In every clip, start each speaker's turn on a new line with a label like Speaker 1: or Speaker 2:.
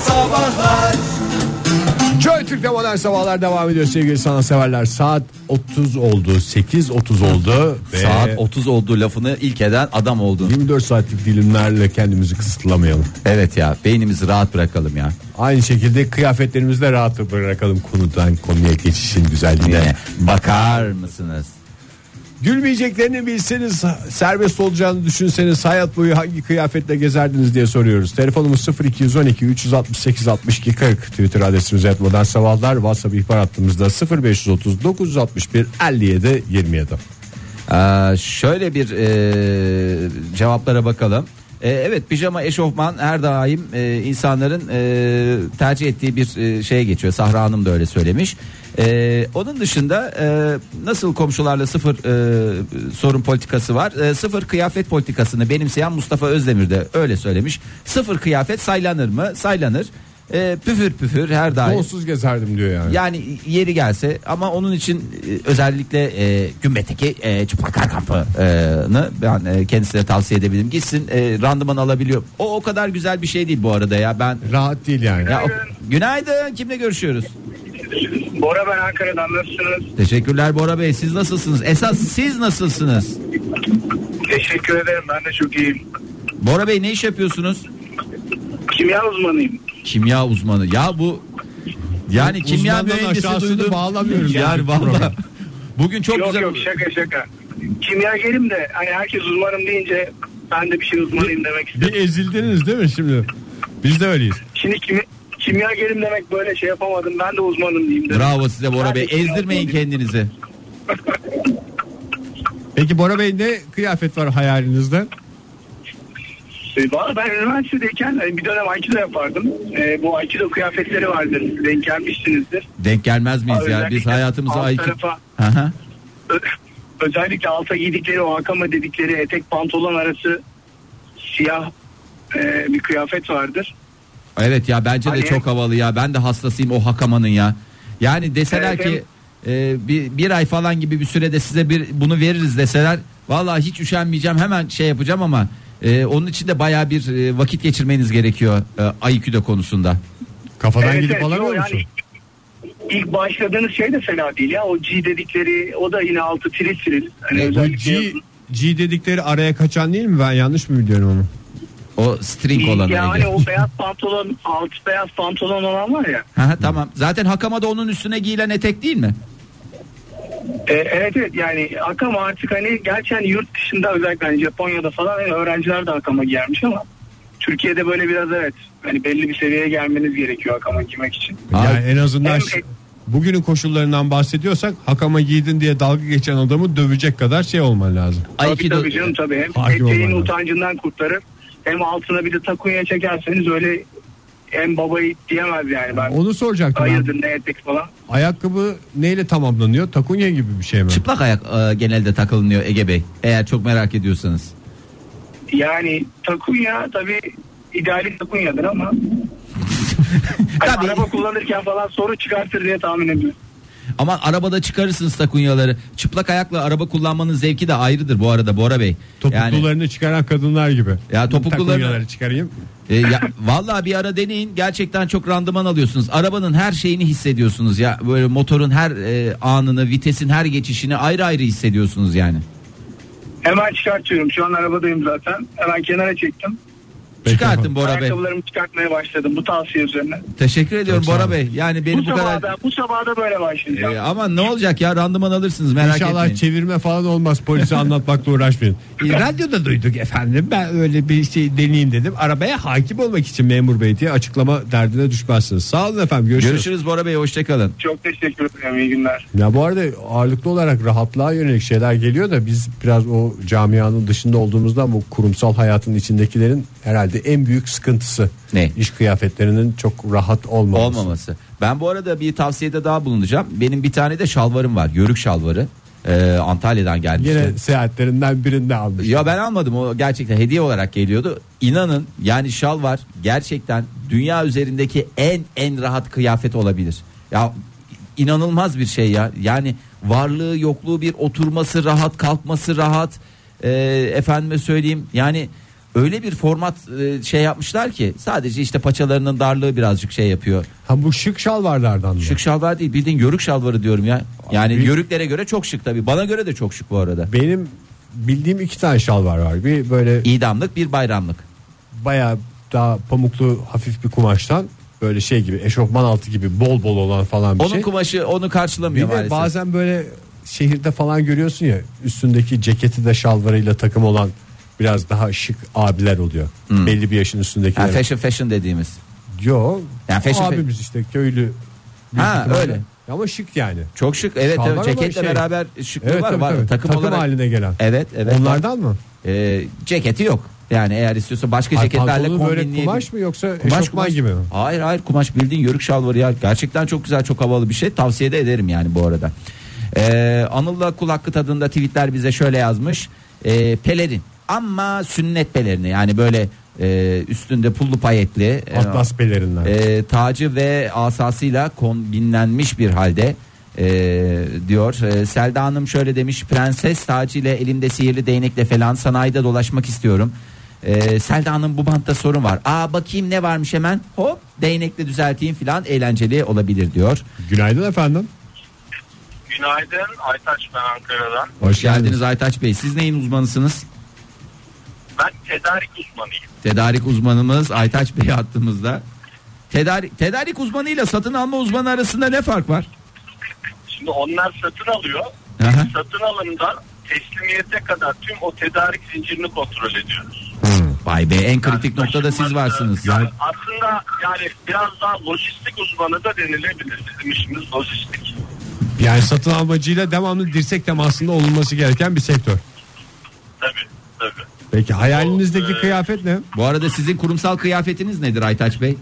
Speaker 1: Sabahlar
Speaker 2: Joy Türk'te modern sabahlar devam ediyor sevgili sanatseverler. Saat 30 oldu. 8.30 oldu. Ve
Speaker 3: Saat 30 olduğu lafını ilk eden adam oldun.
Speaker 2: 24 saatlik dilimlerle kendimizi kısıtlamayalım.
Speaker 3: Evet ya beynimizi rahat bırakalım ya.
Speaker 2: Aynı şekilde kıyafetlerimizi de rahat bırakalım konudan konuya geçişin güzelliğine.
Speaker 3: Ne? Bakar mısınız?
Speaker 2: Gülmeyeceklerini bilseniz serbest olacağını düşünseniz hayat boyu hangi kıyafetle gezerdiniz diye soruyoruz. Telefonumuz 0212 368 62 40 Twitter adresimiz et modern sabahlar. WhatsApp ihbar hattımızda 0530 961 57 27.
Speaker 3: Ee, şöyle bir e, cevaplara bakalım. E, evet pijama eşofman her daim e, insanların e, tercih ettiği bir e, şeye geçiyor. Sahra Hanım da öyle söylemiş. E, onun dışında e, nasıl komşularla sıfır e, sorun politikası var. E, sıfır kıyafet politikasını benimseyen Mustafa Özdemir de öyle söylemiş. Sıfır kıyafet saylanır mı? Saylanır. E, püfür püfür her daim.
Speaker 2: Donsuz gezerdim diyor yani.
Speaker 3: Yani yeri gelse ama onun için e, özellikle e, Gümbet'teki e, Çupakar kampını ben e, kendisine tavsiye edebilirim. Gitsin e, randıman alabiliyor. O o kadar güzel bir şey değil bu arada ya ben.
Speaker 2: Rahat değil yani.
Speaker 3: Ya, o- günaydın kimle görüşüyoruz?
Speaker 4: Bora ben Ankara'dan nasılsınız?
Speaker 3: Teşekkürler Bora Bey siz nasılsınız? Esas siz nasılsınız?
Speaker 4: Teşekkür ederim ben de çok iyiyim.
Speaker 3: Bora Bey ne iş yapıyorsunuz?
Speaker 4: Kimya uzmanıyım.
Speaker 3: Kimya uzmanı. Ya bu yani kimya
Speaker 2: Uzmandan
Speaker 3: mühendisi
Speaker 2: aşağısını
Speaker 3: duydum.
Speaker 2: bağlamıyoruz yani
Speaker 3: Yani valla. Bugün çok
Speaker 4: yok
Speaker 3: güzel.
Speaker 4: yok şey şaka şaka. Kimyagerim de hani herkes uzmanım deyince ben de bir şey uzmanıyım demek istedim.
Speaker 2: Bir ezildiniz değil mi şimdi? Biz de öyleyiz.
Speaker 4: Şimdi kimi, kimyagerim demek böyle şey yapamadım ben de uzmanım diyeyim dedim.
Speaker 3: Bravo size Bora Bey. Ezdirmeyin kendinizi.
Speaker 2: Peki Bora Bey ne kıyafet var hayalinizde?
Speaker 4: Ee, Valla ben üniversitedeyken hani bir dönem Aikido yapardım. Ee, bu Aikido kıyafetleri vardır. Denk gelmişsinizdir.
Speaker 3: Denk gelmez miyiz ya? Biz
Speaker 4: Özellikle
Speaker 3: hayatımıza
Speaker 4: alt
Speaker 3: ait.
Speaker 4: tarafa-
Speaker 3: Hı hı.
Speaker 4: Ö- özellikle alta giydikleri o akama dedikleri etek pantolon arası siyah e, bir kıyafet vardır.
Speaker 3: Evet ya bence de
Speaker 4: Hani-
Speaker 3: çok havalı ya. Ben de hastasıyım o hakamanın ya. Yani deseler
Speaker 4: Evet,
Speaker 3: ki e, bir, bir ay falan gibi bir sürede size bir bunu veririz deseler vallahi hiç üşenmeyeceğim hemen şey yapacağım ama e, onun için de baya bir e, vakit geçirmeniz gerekiyor e, Aikido konusunda.
Speaker 2: Kafadan
Speaker 4: Evet,
Speaker 2: gidip
Speaker 4: evet,
Speaker 2: alamıyor
Speaker 4: yo,
Speaker 2: musun?
Speaker 4: yani İlk başladığınız şey de fena değil ya. O G dedikleri o da yine altı tiril tiril. Hani
Speaker 2: E, Bu G,
Speaker 4: özellikle
Speaker 2: G dedikleri araya kaçan değil mi? Ben yanlış mı biliyorum onu?
Speaker 3: O string olan
Speaker 4: yani
Speaker 2: hani.
Speaker 3: yani
Speaker 4: o beyaz pantolon alt beyaz pantolon olan var ya.
Speaker 3: tamam. Zaten hakama da onun üstüne giyilen etek değil mi?
Speaker 4: E, evet evet yani akama artık hani gerçi hani yurt dışında özellikle hani Japonya'da falan hani öğrenciler de akama giyermiş ama Türkiye'de böyle biraz evet hani belli bir seviyeye gelmeniz gerekiyor akama giymek için.
Speaker 2: Yani
Speaker 3: Abi-
Speaker 2: en azından
Speaker 4: Hem-
Speaker 2: şu- bugünün koşullarından bahsediyorsak hakama giydin diye dalga geçen adamı dövecek kadar şey olman lazım.
Speaker 4: Tabii
Speaker 3: Aikido
Speaker 4: tabii canım tabii. Hem
Speaker 2: Harbi
Speaker 4: eteğin
Speaker 2: olay var.
Speaker 4: utancından kurtarır. Hem altına bir de takuya çekerseniz öyle hem babayı diyemez yani ben.
Speaker 2: Onu soracaktım. ben.
Speaker 4: Hayırdır ne etek falan.
Speaker 2: Ayakkabı neyle tamamlanıyor? Takunya gibi bir şey mi?
Speaker 3: çıplak ayak e, genelde takılınıyor Ege Bey. Eğer çok merak ediyorsanız.
Speaker 4: Yani takuya tabii ideali takunyadır ama hani
Speaker 3: Tabii.
Speaker 4: araba kullanırken falan soru çıkartır diye tahmin ediyorum.
Speaker 3: Ama arabada çıkarırsınız takunyaları. Çıplak ayakla araba kullanmanın zevki de ayrıdır bu arada Bora Bey. Yani,
Speaker 2: Topuklularını çıkaran kadınlar gibi.
Speaker 3: Ya topuklularını-
Speaker 2: Takunyaları çıkarayım.
Speaker 3: e, ya, vallahi bir ara deneyin. Gerçekten çok randıman alıyorsunuz. Arabanın her şeyini hissediyorsunuz ya. Böyle motorun her e, anını, vitesin her geçişini ayrı ayrı hissediyorsunuz yani.
Speaker 4: Hemen çıkartıyorum. Şu an arabadayım zaten. Hemen kenara çektim.
Speaker 2: Peki
Speaker 3: Çıkartın
Speaker 2: efendim.
Speaker 3: Bora Bey.
Speaker 4: Ayakkabılarımı çıkartmaya başladım bu tavsiye üzerine.
Speaker 3: Teşekkür ediyorum
Speaker 2: Çok sağ
Speaker 3: Bora
Speaker 2: olun.
Speaker 3: Bey. Yani beni
Speaker 4: Bu,
Speaker 3: bu, kadar
Speaker 4: sabah da, bu sabah da böyle başlayacağım.
Speaker 3: E, ama ne olacak ya randıman alırsınız merak
Speaker 2: İnşallah
Speaker 3: etmeyin.
Speaker 2: çevirme falan olmaz polise anlatmakla uğraşmayın. E, Radyoda duyduk efendim ben öyle bir şey deneyeyim dedim. Arabaya hakim olmak için memur bey diye açıklama derdine düşmezsiniz. Sağ olun efendim görüşürüz.
Speaker 3: Görüşürüz Bora Bey hoşçakalın.
Speaker 4: Çok teşekkür ederim. İyi günler.
Speaker 2: Ya bu arada ağırlıklı olarak rahatlığa yönelik şeyler geliyor da biz biraz o camianın dışında olduğumuzdan bu kurumsal hayatın içindekilerin herhalde en büyük sıkıntısı.
Speaker 3: Ne?
Speaker 2: İş kıyafetlerinin çok rahat olmaması.
Speaker 3: olmaması. Ben bu arada bir tavsiyede daha bulunacağım. Benim bir tane de şalvarım var. Yörük şalvarı. Ee, Antalya'dan gelmişti.
Speaker 2: Yine seyahatlerinden birinde almış.
Speaker 3: Ya ben almadım o gerçekten hediye olarak geliyordu. İnanın yani şalvar gerçekten dünya üzerindeki en en rahat kıyafet olabilir. Ya inanılmaz bir şey ya. Yani varlığı yokluğu bir oturması rahat kalkması rahat. Ee, efendime söyleyeyim yani öyle bir format e, şey yapmışlar ki sadece işte paçalarının darlığı birazcık şey yapıyor.
Speaker 2: Ha bu şık şalvarlardan mı?
Speaker 3: Şık şalvar değil bildiğin yörük şalvarı diyorum ya. Yani yörüklere göre çok şık tabii. Bana göre de çok şık bu arada.
Speaker 2: Benim bildiğim iki tane şalvar var. Bir böyle
Speaker 3: İdamlık bir bayramlık.
Speaker 2: bayağı daha pamuklu hafif bir kumaştan böyle şey gibi eşofman altı gibi bol bol olan falan bir
Speaker 3: Onun
Speaker 2: şey.
Speaker 3: kumaşı onu
Speaker 2: Bir
Speaker 3: karşılamıyor
Speaker 2: de
Speaker 3: maalesef.
Speaker 2: bazen böyle şehirde falan görüyorsun ya üstündeki ceketi de şalvarıyla takım olan biraz daha şık abiler oluyor. Belli bir yaşın
Speaker 3: Hmm. Ha,
Speaker 2: üstündekiler.
Speaker 3: fashion fashion dediğimiz.
Speaker 2: Yo.
Speaker 3: Yani fashion-
Speaker 2: abimiz işte köylü. büyük
Speaker 3: Ha,
Speaker 2: ihtimalle.
Speaker 3: öyle.
Speaker 2: Ama şık yani.
Speaker 3: Çok şık. Evet,
Speaker 2: Şalvar
Speaker 3: evet
Speaker 2: ama
Speaker 3: ceketle
Speaker 2: şey-
Speaker 3: beraber şıklığı
Speaker 2: Evet,
Speaker 3: var.
Speaker 2: tabii,
Speaker 3: var.
Speaker 2: tabii.
Speaker 3: Takım,
Speaker 2: Takım
Speaker 3: olarak.
Speaker 2: haline gelen.
Speaker 3: Evet evet.
Speaker 2: Onlardan mı?
Speaker 3: Ee, ceketi yok. Yani eğer istiyorsa başka
Speaker 2: Ay,
Speaker 3: ceketlerle
Speaker 2: pantolonu böyle
Speaker 3: kombinleyebilir.
Speaker 2: kumaş mı yoksa eşofman gibi mi?
Speaker 3: Hayır hayır kumaş bildiğin yörük şalvarı ya. Gerçekten çok güzel çok havalı bir şey. Tavsiye de ederim yani bu arada. Ee, Anıl'la kul hakkı tadında tweetler bize şöyle yazmış. Ee, pelerin ama sünnet pelerini yani böyle e, üstünde pullu payetli. e,
Speaker 2: Atlas pelerinden.
Speaker 3: e, tacı ve asasıyla kombinlenmiş bir halde e, diyor. E, Selda Hanım şöyle demiş. Prenses tacıyla elimde sihirli değnekle falan sanayide dolaşmak istiyorum. E, Selda Hanım bu bantta sorun var. Aa bakayım ne varmış hemen. Hop değnekle düzelteyim falan eğlenceli olabilir diyor.
Speaker 2: Günaydın efendim.
Speaker 4: Günaydın Aytaç ben Ankara'dan.
Speaker 2: Hoş
Speaker 3: Geldiniz Aytaç Bey. Siz neyin uzmanısınız?
Speaker 4: Ben tedarik uzmanıyım.
Speaker 3: Tedarik uzmanımız Aytaç Bey hattımızda. Tedarik, tedarik uzmanıyla satın alma uzmanı arasında ne fark var?
Speaker 4: Şimdi onlar satın alıyor.
Speaker 3: Aha.
Speaker 4: Satın alımdan teslimiyete kadar tüm o tedarik zincirini kontrol ediyoruz.
Speaker 3: Vay be en kritik
Speaker 4: Yani
Speaker 3: noktada siz
Speaker 4: taşınması-
Speaker 3: varsınız.
Speaker 4: Yani aslında yani biraz daha lojistik uzmanı da denilebilir. Bizim işimiz lojistik.
Speaker 2: Yani satın almacıyla devamlı dirsek temasında olunması gereken bir sektör.
Speaker 4: Tabii tabii.
Speaker 2: Peki hayalinizdeki kıyafet ne?
Speaker 3: Bu arada sizin kurumsal kıyafetiniz nedir Aytaç Bey?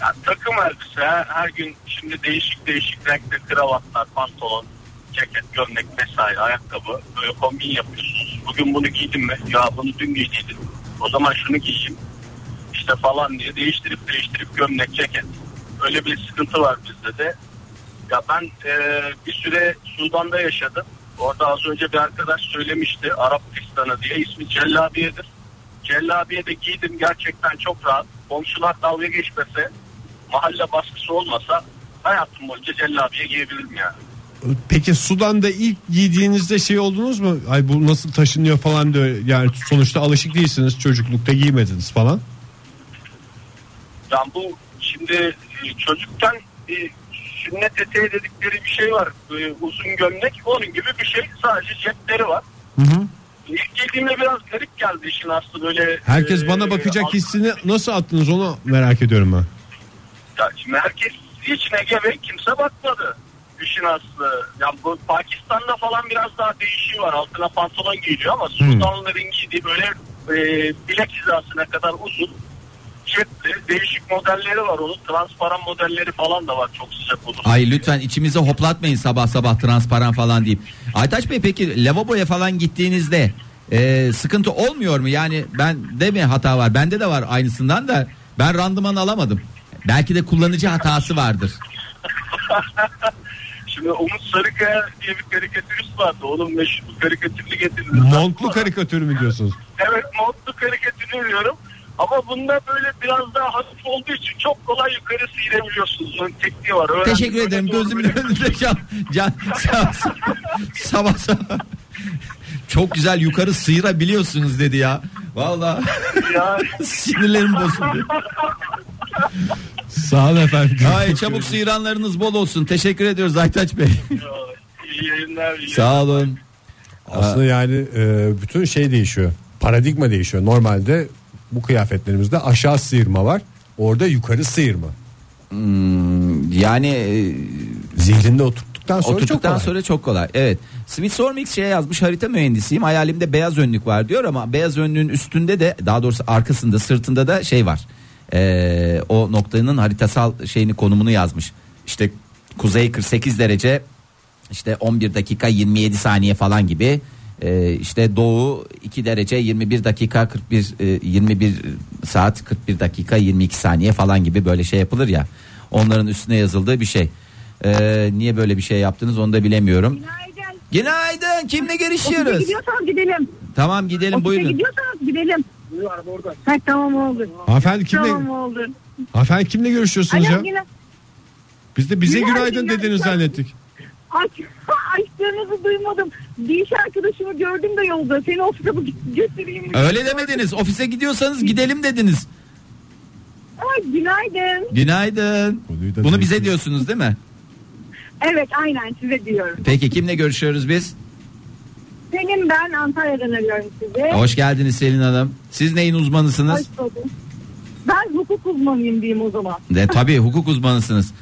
Speaker 4: Yani takım elbise her, her gün şimdi değişik değişik renkli kravatlar, pantolon, ceket, gömlek vesaire, ayakkabı böyle kombin yapıyorsunuz. Bugün bunu giydim mi? Ya bunu dün giydiydim. O zaman şunu giyeyim. İşte falan diye değiştirip değiştirip gömlek, ceket. Öyle bir sıkıntı var bizde de. Ya ben e, bir süre Sudan'da yaşadım. Orada az önce bir arkadaş söylemişti Arap fistanı diye. ismi Cellabiye'dir. Cellabiye'de giydim gerçekten çok rahat. Komşular dalga geçmese, mahalle baskısı olmasa hayatım boyunca cellabiye giyebilirim yani.
Speaker 2: Peki Sudan'da ilk giydiğinizde şey oldunuz mu? Ay bu nasıl taşınıyor falan diyor. Yani sonuçta alışık değilsiniz çocuklukta giymediniz falan.
Speaker 4: Yani bu şimdi e, çocukken e, sünnet eteği dedikleri bir şey var. E, uzun gömlek onun gibi bir şey. Sadece cepleri var. İlk giydiğimde biraz garip geldi işin aslı böyle.
Speaker 2: Herkes
Speaker 4: e,
Speaker 2: bana bakacak
Speaker 4: alt-
Speaker 2: hissini nasıl attınız onu merak ediyorum ben.
Speaker 4: Ya şimdi herkes içine gebe kimse bakmadı. İşin aslı. Ya bu Pakistan'da falan biraz daha değişiyor var. Altına pantolon giyiliyor ama Sudanlıların giydiği böyle e, bilek hizasına kadar uzun. Cepli değişik modelleri var onun. Transparan modelleri falan da var çok sıcak olur.
Speaker 3: Ay lütfen içimize hoplatmayın sabah sabah transparan falan deyip. Aytaç Bey peki lavaboya falan gittiğinizde e, sıkıntı olmuyor mu? Yani ben de mi hata var? Bende de var aynısından da ben randıman alamadım. Belki de kullanıcı hatası vardır.
Speaker 4: Şimdi Umut Sarıkaya diye bir karikatürist vardı. Onun meşhur karikatürünü getirdim.
Speaker 2: Montlu karikatür mü diyorsunuz?
Speaker 4: Evet montlu karikatürü diyorum. Ama bunda böyle biraz daha hafif olduğu için çok kolay yukarı silebiliyorsunuz. Onun tekniği var. Öğrendim.
Speaker 3: Teşekkür
Speaker 4: Böyle
Speaker 3: ederim.
Speaker 4: doğru
Speaker 3: Gözümün
Speaker 4: böyle-
Speaker 3: önünde can, can, sabah- sabah sabah. Çok güzel yukarı sıyırabiliyorsunuz dedi ya. Valla
Speaker 4: Ya,
Speaker 3: sinirlerim bozuldu.
Speaker 2: Sağ olun efendim.
Speaker 3: Ay çabuk sıyıranlarınız bol olsun. Teşekkür ediyoruz Aytaç Bey.
Speaker 4: iyi yayınlar. iyi
Speaker 3: Sağ olun.
Speaker 2: Aslında yani e, bütün şey değişiyor. Paradigma değişiyor. Normalde bu kıyafetlerimizde aşağı sıyırma var. Orada yukarı sıyırma.
Speaker 3: Yani
Speaker 2: Zihninde oturttuktan
Speaker 3: e,
Speaker 2: sonra çok
Speaker 3: oturduktan
Speaker 2: kolay.
Speaker 3: sonra çok kolay. Evet. Smith Sormix şey yazmış harita mühendisiyim. Hayalimde beyaz önlük var diyor ama beyaz önlüğün üstünde de daha doğrusu arkasında sırtında da şey var. Ee, o noktanın haritasal şeyini konumunu yazmış. İşte kuzey 48 derece işte 11 dakika 27 saniye falan gibi. Ee, işte doğu 2 derece 21 dakika 41 e, 21 saat 41 dakika 22 saniye falan gibi böyle şey yapılır ya. Onların üstüne yazıldığı bir şey. Ee, niye böyle bir şey yaptınız onu da bilemiyorum.
Speaker 5: Günaydın.
Speaker 3: Günaydın. Kimle
Speaker 5: Ofise
Speaker 3: görüşüyoruz?
Speaker 5: gidiyorsanız gidelim.
Speaker 3: Tamam gidelim
Speaker 5: Ofise
Speaker 3: buyurun.
Speaker 5: gidiyorsanız gidelim. Ha tamam oldu.
Speaker 2: Hanımefendi kimle,
Speaker 5: Tamam oldu.
Speaker 2: hanımefendi kimle görüşüyorsunuz ya?
Speaker 5: Alo yine
Speaker 2: Biz de bize
Speaker 5: Günaydın,
Speaker 2: günaydın dediniz
Speaker 5: günaydın.
Speaker 2: zannettik.
Speaker 5: aç, açtığınızı duymadım. Bir iş arkadaşımı gördüm de yolda. Seni ofise gö- götüreyim. mi?
Speaker 3: Öyle demediniz. Ofise gidiyorsanız gidelim dediniz.
Speaker 5: Ay, günaydın.
Speaker 3: Günaydın.
Speaker 2: Konuyu da
Speaker 3: Bunu bize
Speaker 2: değiştirdik.
Speaker 3: diyorsunuz değil mi?
Speaker 5: Evet aynen size diyorum.
Speaker 3: Peki kimle görüşüyoruz biz?
Speaker 5: Senin ben Antalya'dan arıyorum sizi.
Speaker 3: Hoş geldiniz Selin Hanım. Siz neyin uzmanısınız?
Speaker 5: Hoş buldum. Ben hukuk uzmanıyım diyeyim o zaman.
Speaker 3: De, tabii hukuk uzmanısınız.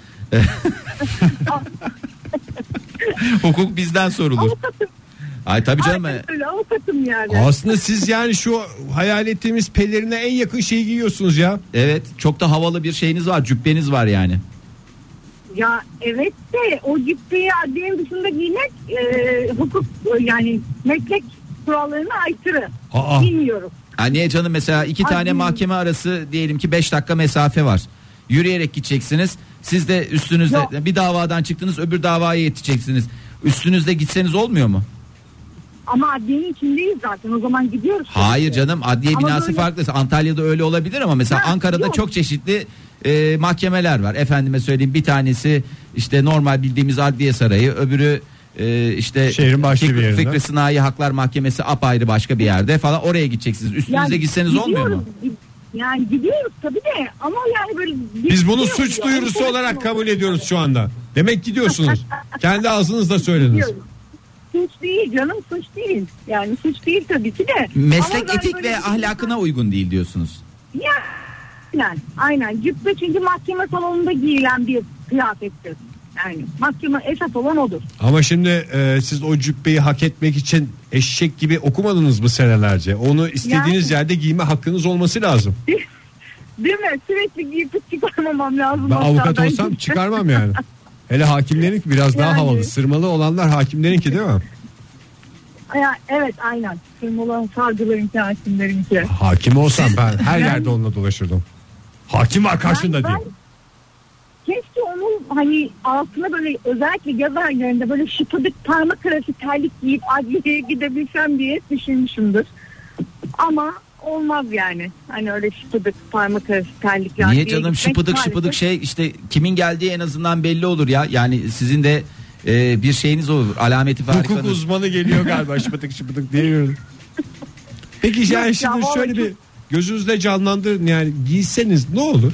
Speaker 3: hukuk bizden sorulur.
Speaker 5: Avukatım.
Speaker 3: Ay tabii canım. e-
Speaker 5: Aynen öyle, avukatım yani.
Speaker 2: Aslında siz yani şu hayal ettiğimiz pelerine en yakın şeyi giyiyorsunuz ya.
Speaker 3: Evet çok da havalı bir şeyiniz var cübbeniz var yani.
Speaker 5: Ya evet de o ciddi adliyenin dışında giymek e, hukuk e, yani meslek kurallarına aykırı.
Speaker 2: Aa.
Speaker 5: Bilmiyorum.
Speaker 3: Ha, niye canım mesela iki
Speaker 5: Ay,
Speaker 3: tane
Speaker 5: bilmiyorum.
Speaker 3: mahkeme arası diyelim ki 5 dakika mesafe var. Yürüyerek gideceksiniz. Siz de üstünüzde
Speaker 5: Yok.
Speaker 3: bir davadan çıktınız öbür davaya yetişeceksiniz. Üstünüzde gitseniz olmuyor mu?
Speaker 5: Ama adliyenin içindeyiz zaten o zaman gidiyoruz.
Speaker 3: Hayır canım adliye
Speaker 5: Ama
Speaker 3: binası
Speaker 5: böyle-
Speaker 3: farklı. Antalya'da öyle olabilir ama mesela
Speaker 5: Ha,
Speaker 3: Ankara'da
Speaker 5: yok.
Speaker 3: çok çeşitli e, mahkemeler var. Efendime söyleyeyim bir tanesi işte normal bildiğimiz adliye sarayı, öbürü e, işte
Speaker 2: Şehrin başka bir
Speaker 3: Fikri,
Speaker 2: yerinde.
Speaker 3: Fikri Sınai Haklar Mahkemesi apayrı başka bir yerde falan oraya gideceksiniz. Üstünüze gitseniz olmuyor mu?
Speaker 5: gidiyoruz, gi- Yani gidiyoruz tabii de ama yani böyle... şey
Speaker 2: Biz bunu
Speaker 5: gidiyoruz
Speaker 2: suç
Speaker 5: ya,
Speaker 2: duyurusu
Speaker 5: enteresan
Speaker 2: olarak
Speaker 5: oldu.
Speaker 2: kabul ediyoruz şu anda. Demek gidiyorsunuz. Kendi ağzınızla söylediniz.
Speaker 5: Gidiyoruz. Suç değil canım suç değil. Yani suç değil tabii ki de. Ama
Speaker 3: Meslek
Speaker 5: ben
Speaker 3: etik
Speaker 5: böyle
Speaker 3: ve
Speaker 5: bir-
Speaker 3: ahlakına uygun değil diyorsunuz.
Speaker 5: Ya, aynen, aynen. Cübbe çünkü mahkeme salonunda giyilen bir kıyafettir. Yani mahkeme esas olan odur.
Speaker 2: Ama şimdi e, siz o cübbeyi hak etmek için eşek gibi okumadınız mı senelerce? Onu istediğiniz yerde giyme hakkınız olması lazım.
Speaker 5: Değil mi? Sürekli giyip çıkarmamam lazım.
Speaker 2: Ben avukat
Speaker 5: hatta.
Speaker 2: olsam çıkarmam yani. Hele hakimlerin biraz daha
Speaker 5: Yani.
Speaker 2: havalı. Sırmalı olanlar hakimlerinki değil mi?
Speaker 5: Ya, evet aynen. Sırmalan savcılarınki, hakimlerinki.
Speaker 2: Hakim olsam ben her yerde onunla dolaşırdım. Hakim var karşında
Speaker 5: Ben-
Speaker 2: diye.
Speaker 5: ben- Keşke onun hani altına böyle özellikle yaz aylarında böyle şıpıdık parmak arası terlik giyip adliyeye gidebilsem diye düşünmüşümdür. Ama olmaz yani. Hani öyle şıpıdık parmak arası terlikle
Speaker 3: Niye
Speaker 5: adliyeye
Speaker 3: canım
Speaker 5: gitmek
Speaker 3: şıpıdık
Speaker 5: maalesef-
Speaker 3: şıpıdık şey işte kimin geldiği en azından belli olur ya. Yani sizin de e, bir şeyiniz olur. Alameti
Speaker 2: Hukuk
Speaker 3: farikanız.
Speaker 2: uzmanı geliyor galiba şıpıdık şıpıdık diye yürüdüm. Peki yani
Speaker 5: ya,
Speaker 2: şimdi
Speaker 5: vallahi
Speaker 2: şöyle
Speaker 5: çok-
Speaker 2: bir gözünüzde canlandırın yani giyseniz ne olur?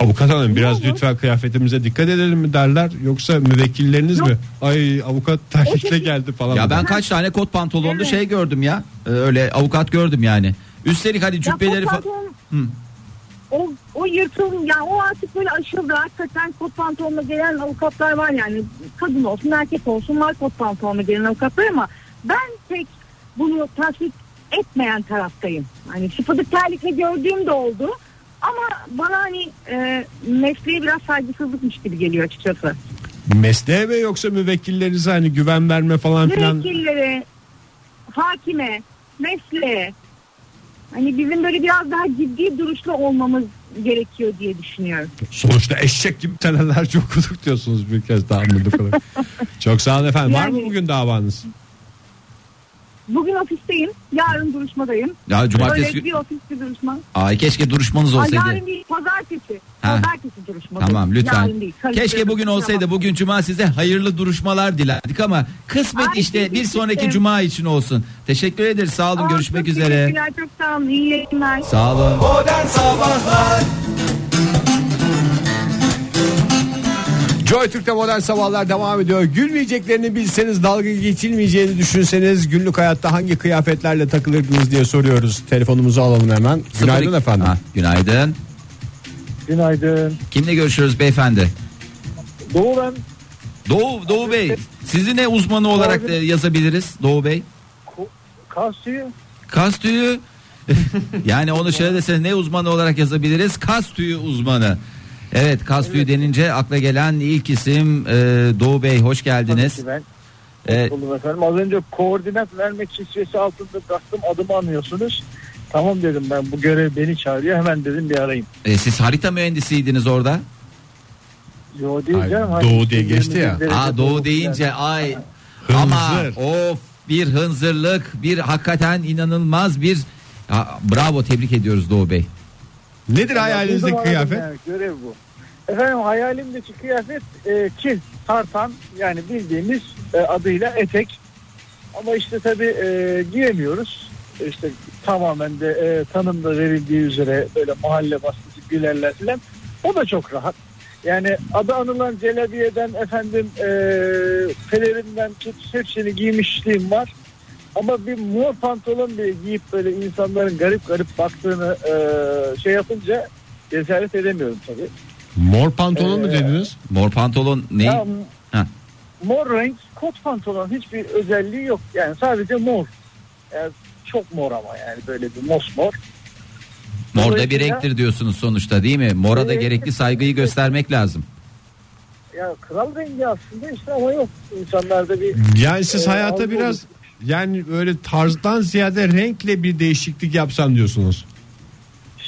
Speaker 2: Avukat hanım biraz
Speaker 5: olur?
Speaker 2: lütfen kıyafetimize dikkat edelim mi derler yoksa müvekkilleriniz
Speaker 5: Yok.
Speaker 2: mi? Ay avukat terlikle
Speaker 5: şekil-
Speaker 2: geldi falan.
Speaker 3: Ya
Speaker 2: mı?
Speaker 3: ben kaç tane kot pantolonlu
Speaker 5: Evet.
Speaker 3: şey gördüm ya. Ee, Öyle avukat gördüm yani. Üstelik hani
Speaker 5: Ya
Speaker 3: cübbeleri
Speaker 5: kot
Speaker 3: falan.
Speaker 5: pantolon-
Speaker 3: Hı.
Speaker 5: O, o yırtılım yani o artık böyle aşıldı. Hakikaten kot pantolonla gelen avukatlar var yani. Kadın olsun erkek olsun var kot pantolonla gelen avukatlar ama ben pek bunu tasvip etmeyen taraftayım. Hani şıpıdık terlikle gördüğüm de oldu. Ama bana hani e, mesleğe biraz saygısızlıkmış gibi geliyor açıkçası.
Speaker 2: Mesleğe mi yoksa müvekkillerinize hani güven verme falan filan.
Speaker 5: Müvekkillere, hakime, mesleğe hani bizim böyle biraz daha ciddi duruşlu olmamız gerekiyor diye düşünüyorum.
Speaker 2: Sonuçta eşek gibi senelerce okuduk diyorsunuz bir kez daha anladığım kadarıyla. Çok sağ olun efendim. Var mı
Speaker 5: Yani-
Speaker 2: bugün davanız?
Speaker 5: Bugün ofisteyim. Yarın duruşmadayım.
Speaker 3: Ya cumartesi
Speaker 5: Öyle bir ofiste duruşma.
Speaker 3: Ay keşke duruşmanız
Speaker 5: Ay,
Speaker 3: olsaydı.
Speaker 5: yarın değil pazartesi.
Speaker 3: Ha.
Speaker 5: Pazartesi duruşma.
Speaker 3: Tamam lütfen.
Speaker 5: Yarın değil. Karıştırdım.
Speaker 3: Keşke bugün olsaydı.
Speaker 5: Tamam.
Speaker 3: Bugün cuma size hayırlı duruşmalar dilerdik ama kısmet
Speaker 5: Ay,
Speaker 3: işte bir
Speaker 5: teşekkür
Speaker 3: sonraki
Speaker 5: ederim.
Speaker 3: cuma için olsun. Teşekkür ederiz. Sağ olun.
Speaker 5: Aa,
Speaker 3: görüşmek
Speaker 5: çok
Speaker 3: üzere.
Speaker 5: teşekkürler, Çok sağ olun. İyi yayınlar.
Speaker 3: Sağ olun.
Speaker 2: Joy Türk'te modern sabahlar devam ediyor. Gülmeyeceklerini bilseniz dalga geçilmeyeceğini düşünseniz günlük hayatta hangi kıyafetlerle takılırdınız diye soruyoruz. Telefonumuzu alalım hemen. Günaydın
Speaker 3: Sıfır-
Speaker 2: efendim.
Speaker 3: Ha, günaydın.
Speaker 6: Günaydın.
Speaker 3: Kimle görüşüyoruz beyefendi?
Speaker 6: Doğu ben
Speaker 3: Doğu Doğu Bey. Sizi ne uzmanı olarak da yazabiliriz Doğu Bey?
Speaker 6: Ko- Karsçıyım.
Speaker 3: Kas tüyü yani onu şöyle desene ne uzmanı olarak yazabiliriz? Kas tüyü uzmanı. Evet kas tüyü denince akla gelen ilk isim e, Doğu Bey hoş geldiniz.
Speaker 6: Tabii ki Ben.
Speaker 3: E,
Speaker 6: Buldum efendim. Az önce koordinat vermek şişesi altında bastım adımı anıyorsunuz. Tamam dedim ben bu görev beni çağırıyor hemen dedim bir arayayım.
Speaker 3: e, siz harita mühendisiydiniz orada.
Speaker 6: Yo değil
Speaker 2: Ay,
Speaker 6: canım.
Speaker 2: Doğu
Speaker 6: Hani
Speaker 2: diye geçti ya.
Speaker 6: 21 derece
Speaker 3: Aa Doğu
Speaker 6: doğmuş yani.
Speaker 3: deyince ay
Speaker 2: Hınzır.
Speaker 3: ama of bir hınzırlık bir hakikaten inanılmaz bir Ha, bravo tebrik ediyoruz Doğu Bey.
Speaker 2: Nedir
Speaker 6: Buldum
Speaker 2: hayalinizdeki
Speaker 6: aradım
Speaker 2: kıyafet?
Speaker 6: yani, görev bu. Efendim hayalimdeki kıyafet e, ki tartan yani bildiğimiz e, adıyla etek. Ama işte tabii e, giyemiyoruz. İşte tamamen de e, tanımda verildiği üzere böyle mahalle baskısı gülerler filan. O da çok rahat. Yani adı anılan celabiyeden efendim e, pelerinden tut hepsini giymişliğim var. Ama bir mor pantolon bile giyip böyle insanların garip garip baktığını e, şey yapınca cesaret edemiyorum tabii.
Speaker 2: Mor pantolon mu
Speaker 6: Ee,
Speaker 2: dediniz?
Speaker 3: Mor pantolon ne?
Speaker 6: Ya,
Speaker 3: Ha.
Speaker 6: mor renk kot pantolon hiçbir özelliği yok. Yani sadece mor. Yani çok mor ama yani böyle bir mosmor.
Speaker 3: Mor da bir
Speaker 6: dolayısıyla-
Speaker 3: renktir diyorsunuz sonuçta değil mi? Mora da
Speaker 6: Ee,
Speaker 3: gerekli saygıyı göstermek lazım.
Speaker 6: Ya kral rengi aslında işte ama yok. insanlarda bir
Speaker 2: Yani siz
Speaker 6: e,
Speaker 2: hayata
Speaker 6: algı
Speaker 2: biraz yani öyle tarzdan ziyade renkle bir değişiklik yapsam diyorsunuz.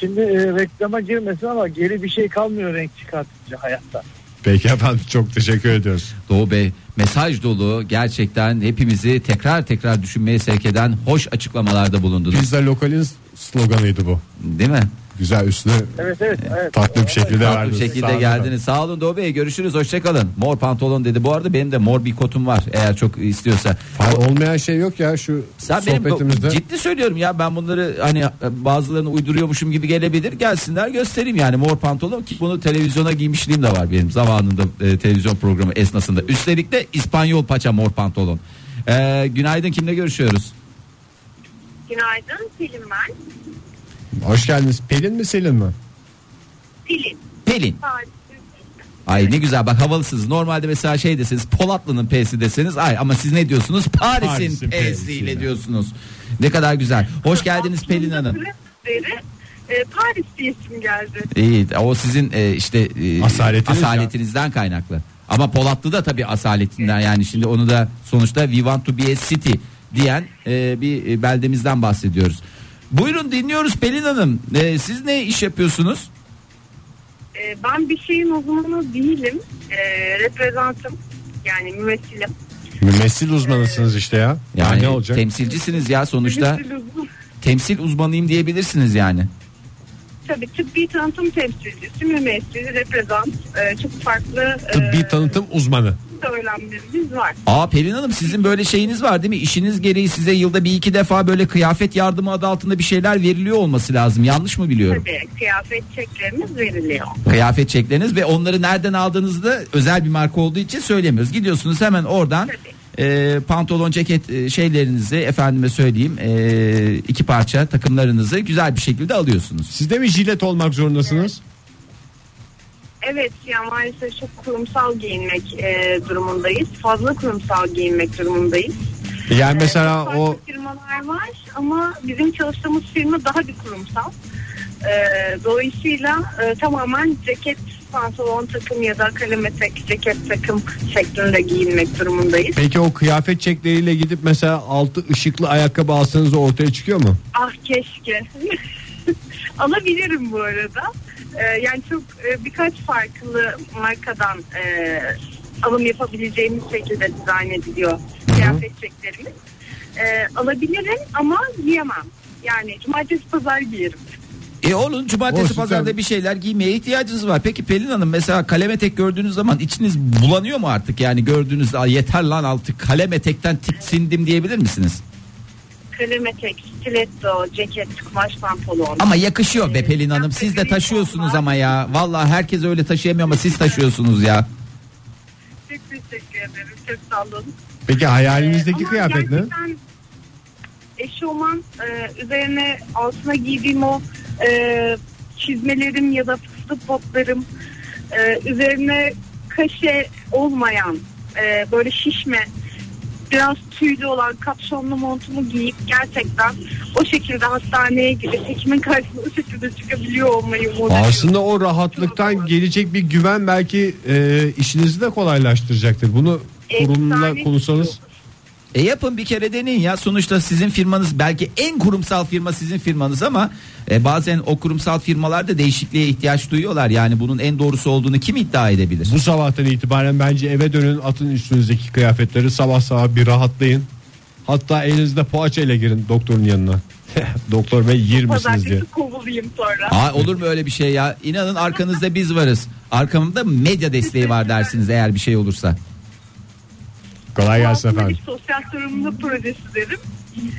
Speaker 6: Şimdi e, reklama girmesin ama geri bir şey kalmıyor renk çıkartınca hayatta.
Speaker 2: Peki efendim çok teşekkür ediyoruz.
Speaker 3: Doğu Bey mesaj dolu gerçekten hepimizi tekrar tekrar düşünmeye sevk eden hoş açıklamalarda bulundunuz.
Speaker 2: Pizza lokalin sloganıydı bu.
Speaker 3: Değil mi?
Speaker 2: Güzel üstüne
Speaker 6: Evet evet.
Speaker 2: E,
Speaker 6: evet.
Speaker 2: Farklı bir şekilde
Speaker 3: Farklı bir
Speaker 2: verdiniz.
Speaker 3: şekilde
Speaker 2: Sağ olun efendim.
Speaker 3: geldiniz. Sağ olun Doğu Bey görüşürüz hoşçakalın. Mor pantolon dedi. Bu arada benim de mor bir kotum var eğer çok istiyorsa.
Speaker 2: Hayır, olmayan şey yok ya şu
Speaker 3: Sen benim
Speaker 2: sohbetimizde.
Speaker 3: ciddi söylüyorum ya ben bunları hani bazılarını uyduruyormuşum gibi gelebilir. Gelsinler göstereyim yani mor pantolon ki bunu televizyona giymişliğim de var benim zamanında e, televizyon programı esnasında. Üstelik de İspanyol paça mor pantolon. Ee, günaydın kimle görüşüyoruz?
Speaker 5: Günaydın Pelin ben.
Speaker 2: Hoş geldiniz. Pelin mi Selin mi?
Speaker 5: Pelin.
Speaker 3: Pelin. Ay ne güzel bak havalısınız. Normalde mesela şey deseniz Polatlı'nın P'si deseniz ay ama siz ne diyorsunuz? Paris'in
Speaker 2: Paris'in
Speaker 3: P'siyle
Speaker 2: P'siyle.
Speaker 3: diyorsunuz. Ne kadar güzel. Hoş geldiniz Pelin Hanım.
Speaker 5: Beri, e, Paris diyesim geldi.
Speaker 3: İyi o sizin e, işte e,
Speaker 2: Asaletiniz
Speaker 3: asaletinizden kaynaklı. Ama Polatlı da tabii asaletinden yani şimdi onu da sonuçta we want to be a city diyen e, bir e, beldemizden bahsediyoruz. Buyurun dinliyoruz Pelin Hanım. E, siz ne iş yapıyorsunuz?
Speaker 5: E, ben bir şeyin uzmanı değilim. E, reprezentım. Yani mümessilim.
Speaker 2: Mümessil uzmanısınız işte ya. Yani, ne olacak?
Speaker 3: temsilcisiniz ya sonuçta.
Speaker 5: Mümessilim uzmanı.
Speaker 3: Temsil uzmanıyım diyebilirsiniz yani.
Speaker 5: Tabii tıbbi tanıtım temsilcisi, mümessili, reprezent. E, çok farklı e,
Speaker 2: Tıbbi tanıtım uzmanı.
Speaker 5: söylemlerimiz var.
Speaker 3: Aa Pelin Hanım sizin böyle şeyiniz var değil mi? İşiniz gereği size yılda bir iki defa böyle kıyafet yardımı adı altında bir şeyler veriliyor olması lazım. Yanlış mı biliyorum?
Speaker 5: Tabii kıyafet çeklerimiz veriliyor.
Speaker 3: kıyafet çekleriniz ve onları nereden aldığınızı da özel bir marka olduğu için söylemiyoruz. Gidiyorsunuz hemen oradan e, pantolon ceket e, şeylerinizi efendime söyleyeyim e, iki parça takımlarınızı güzel bir şekilde alıyorsunuz.
Speaker 2: Siz de mi jilet olmak zorundasınız?
Speaker 5: Evet ya maalesef çok kurumsal giyinmek e, durumundayız. Fazla kurumsal giyinmek durumundayız.
Speaker 2: Yani mesela
Speaker 5: Farklı
Speaker 2: o
Speaker 5: firmalar var ama bizim çalıştığımız firma daha bir kurumsal. Ee, dolayısıyla e, tamamen ceket, pantolon takım ya da kalem etek, ceket takım şeklinde giyinmek durumundayız.
Speaker 2: peki o kıyafet çekleriyle gidip mesela altı ışıklı ayakkabı alsanız o ortaya çıkıyor mu?
Speaker 5: Ah keşke. Alabilirim bu arada. Ee, yani çok e, birkaç farklı markadan e, alım yapabileceğimiz şekilde dizayn ediliyor kıyafet çeklerimiz. Ee, alabilirim ama giyemem. Yani cumartesi pazar giyerim.
Speaker 3: E olun cumartesi
Speaker 2: Olsun,
Speaker 3: pazarda
Speaker 2: tabii.
Speaker 3: bir şeyler giymeye ihtiyacınız var. Peki Pelin Hanım mesela kalem etek gördüğünüz zaman içiniz bulanıyor mu artık? Yani gördüğünüz "Aa, yeter lan artık kalem etekten tiksindim diyebilir misiniz?
Speaker 5: Kalem etek, stiletto, ceket, kumaş pantolon.
Speaker 3: Ama yakışıyor be Pelin Hanım. Siz de taşıyorsunuz ama ya. Vallahi herkes öyle taşıyamıyor ama siz taşıyorsunuz ya.
Speaker 5: Çok teşekkür ederim. Çok sağ olun. Ee,
Speaker 2: Peki hayalinizdeki
Speaker 5: Ama
Speaker 2: kıyafet ne?
Speaker 5: gerçekten Eşofman e, üzerine altına giydiğim o e, çizmelerim ya da fıstık botlarım e, üzerine kaşe olmayan e, böyle şişme biraz tüylü olan kapşonlu montumu giyip gerçekten o şekilde hastaneye gidip hekimin karşısına o şekilde çıkabiliyor olmayı umut ediyorum.
Speaker 2: Aslında o rahatlıktan gelecek bir güven belki e, işinizi de kolaylaştıracaktır. Bunu kurumla
Speaker 5: Efsane.
Speaker 2: konuşsanız
Speaker 3: E yapın bir kere deneyin ya. Sonuçta sizin firmanız belki en kurumsal firma sizin firmanız ama e, bazen o kurumsal firmalar da değişikliğe ihtiyaç duyuyorlar. Yani bunun en doğrusu olduğunu kim iddia edebilir?
Speaker 2: bu sabahtan itibaren bence eve dönün atın üstünüzdeki kıyafetleri sabah sabah bir rahatlayın. Hatta elinizde poğaça ile girin doktorun yanına. Doktor bey yer misiniz diye.
Speaker 7: Pazartesi kovulayım sonra.
Speaker 3: Aa, olur mu öyle bir şey ya? İnanın arkanızda biz varız. Arkamda medya desteği var dersiniz eğer bir şey olursa.
Speaker 2: Kolay gelsin
Speaker 7: Aslında
Speaker 2: efendim.
Speaker 7: bir şey. sosyal sorumluluk projesi derim.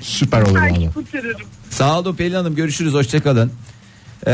Speaker 2: Süper olur valla.
Speaker 7: Belki kurtarırım.
Speaker 3: Sağ olun Pelin Hanım görüşürüz hoşçakalın. Ee,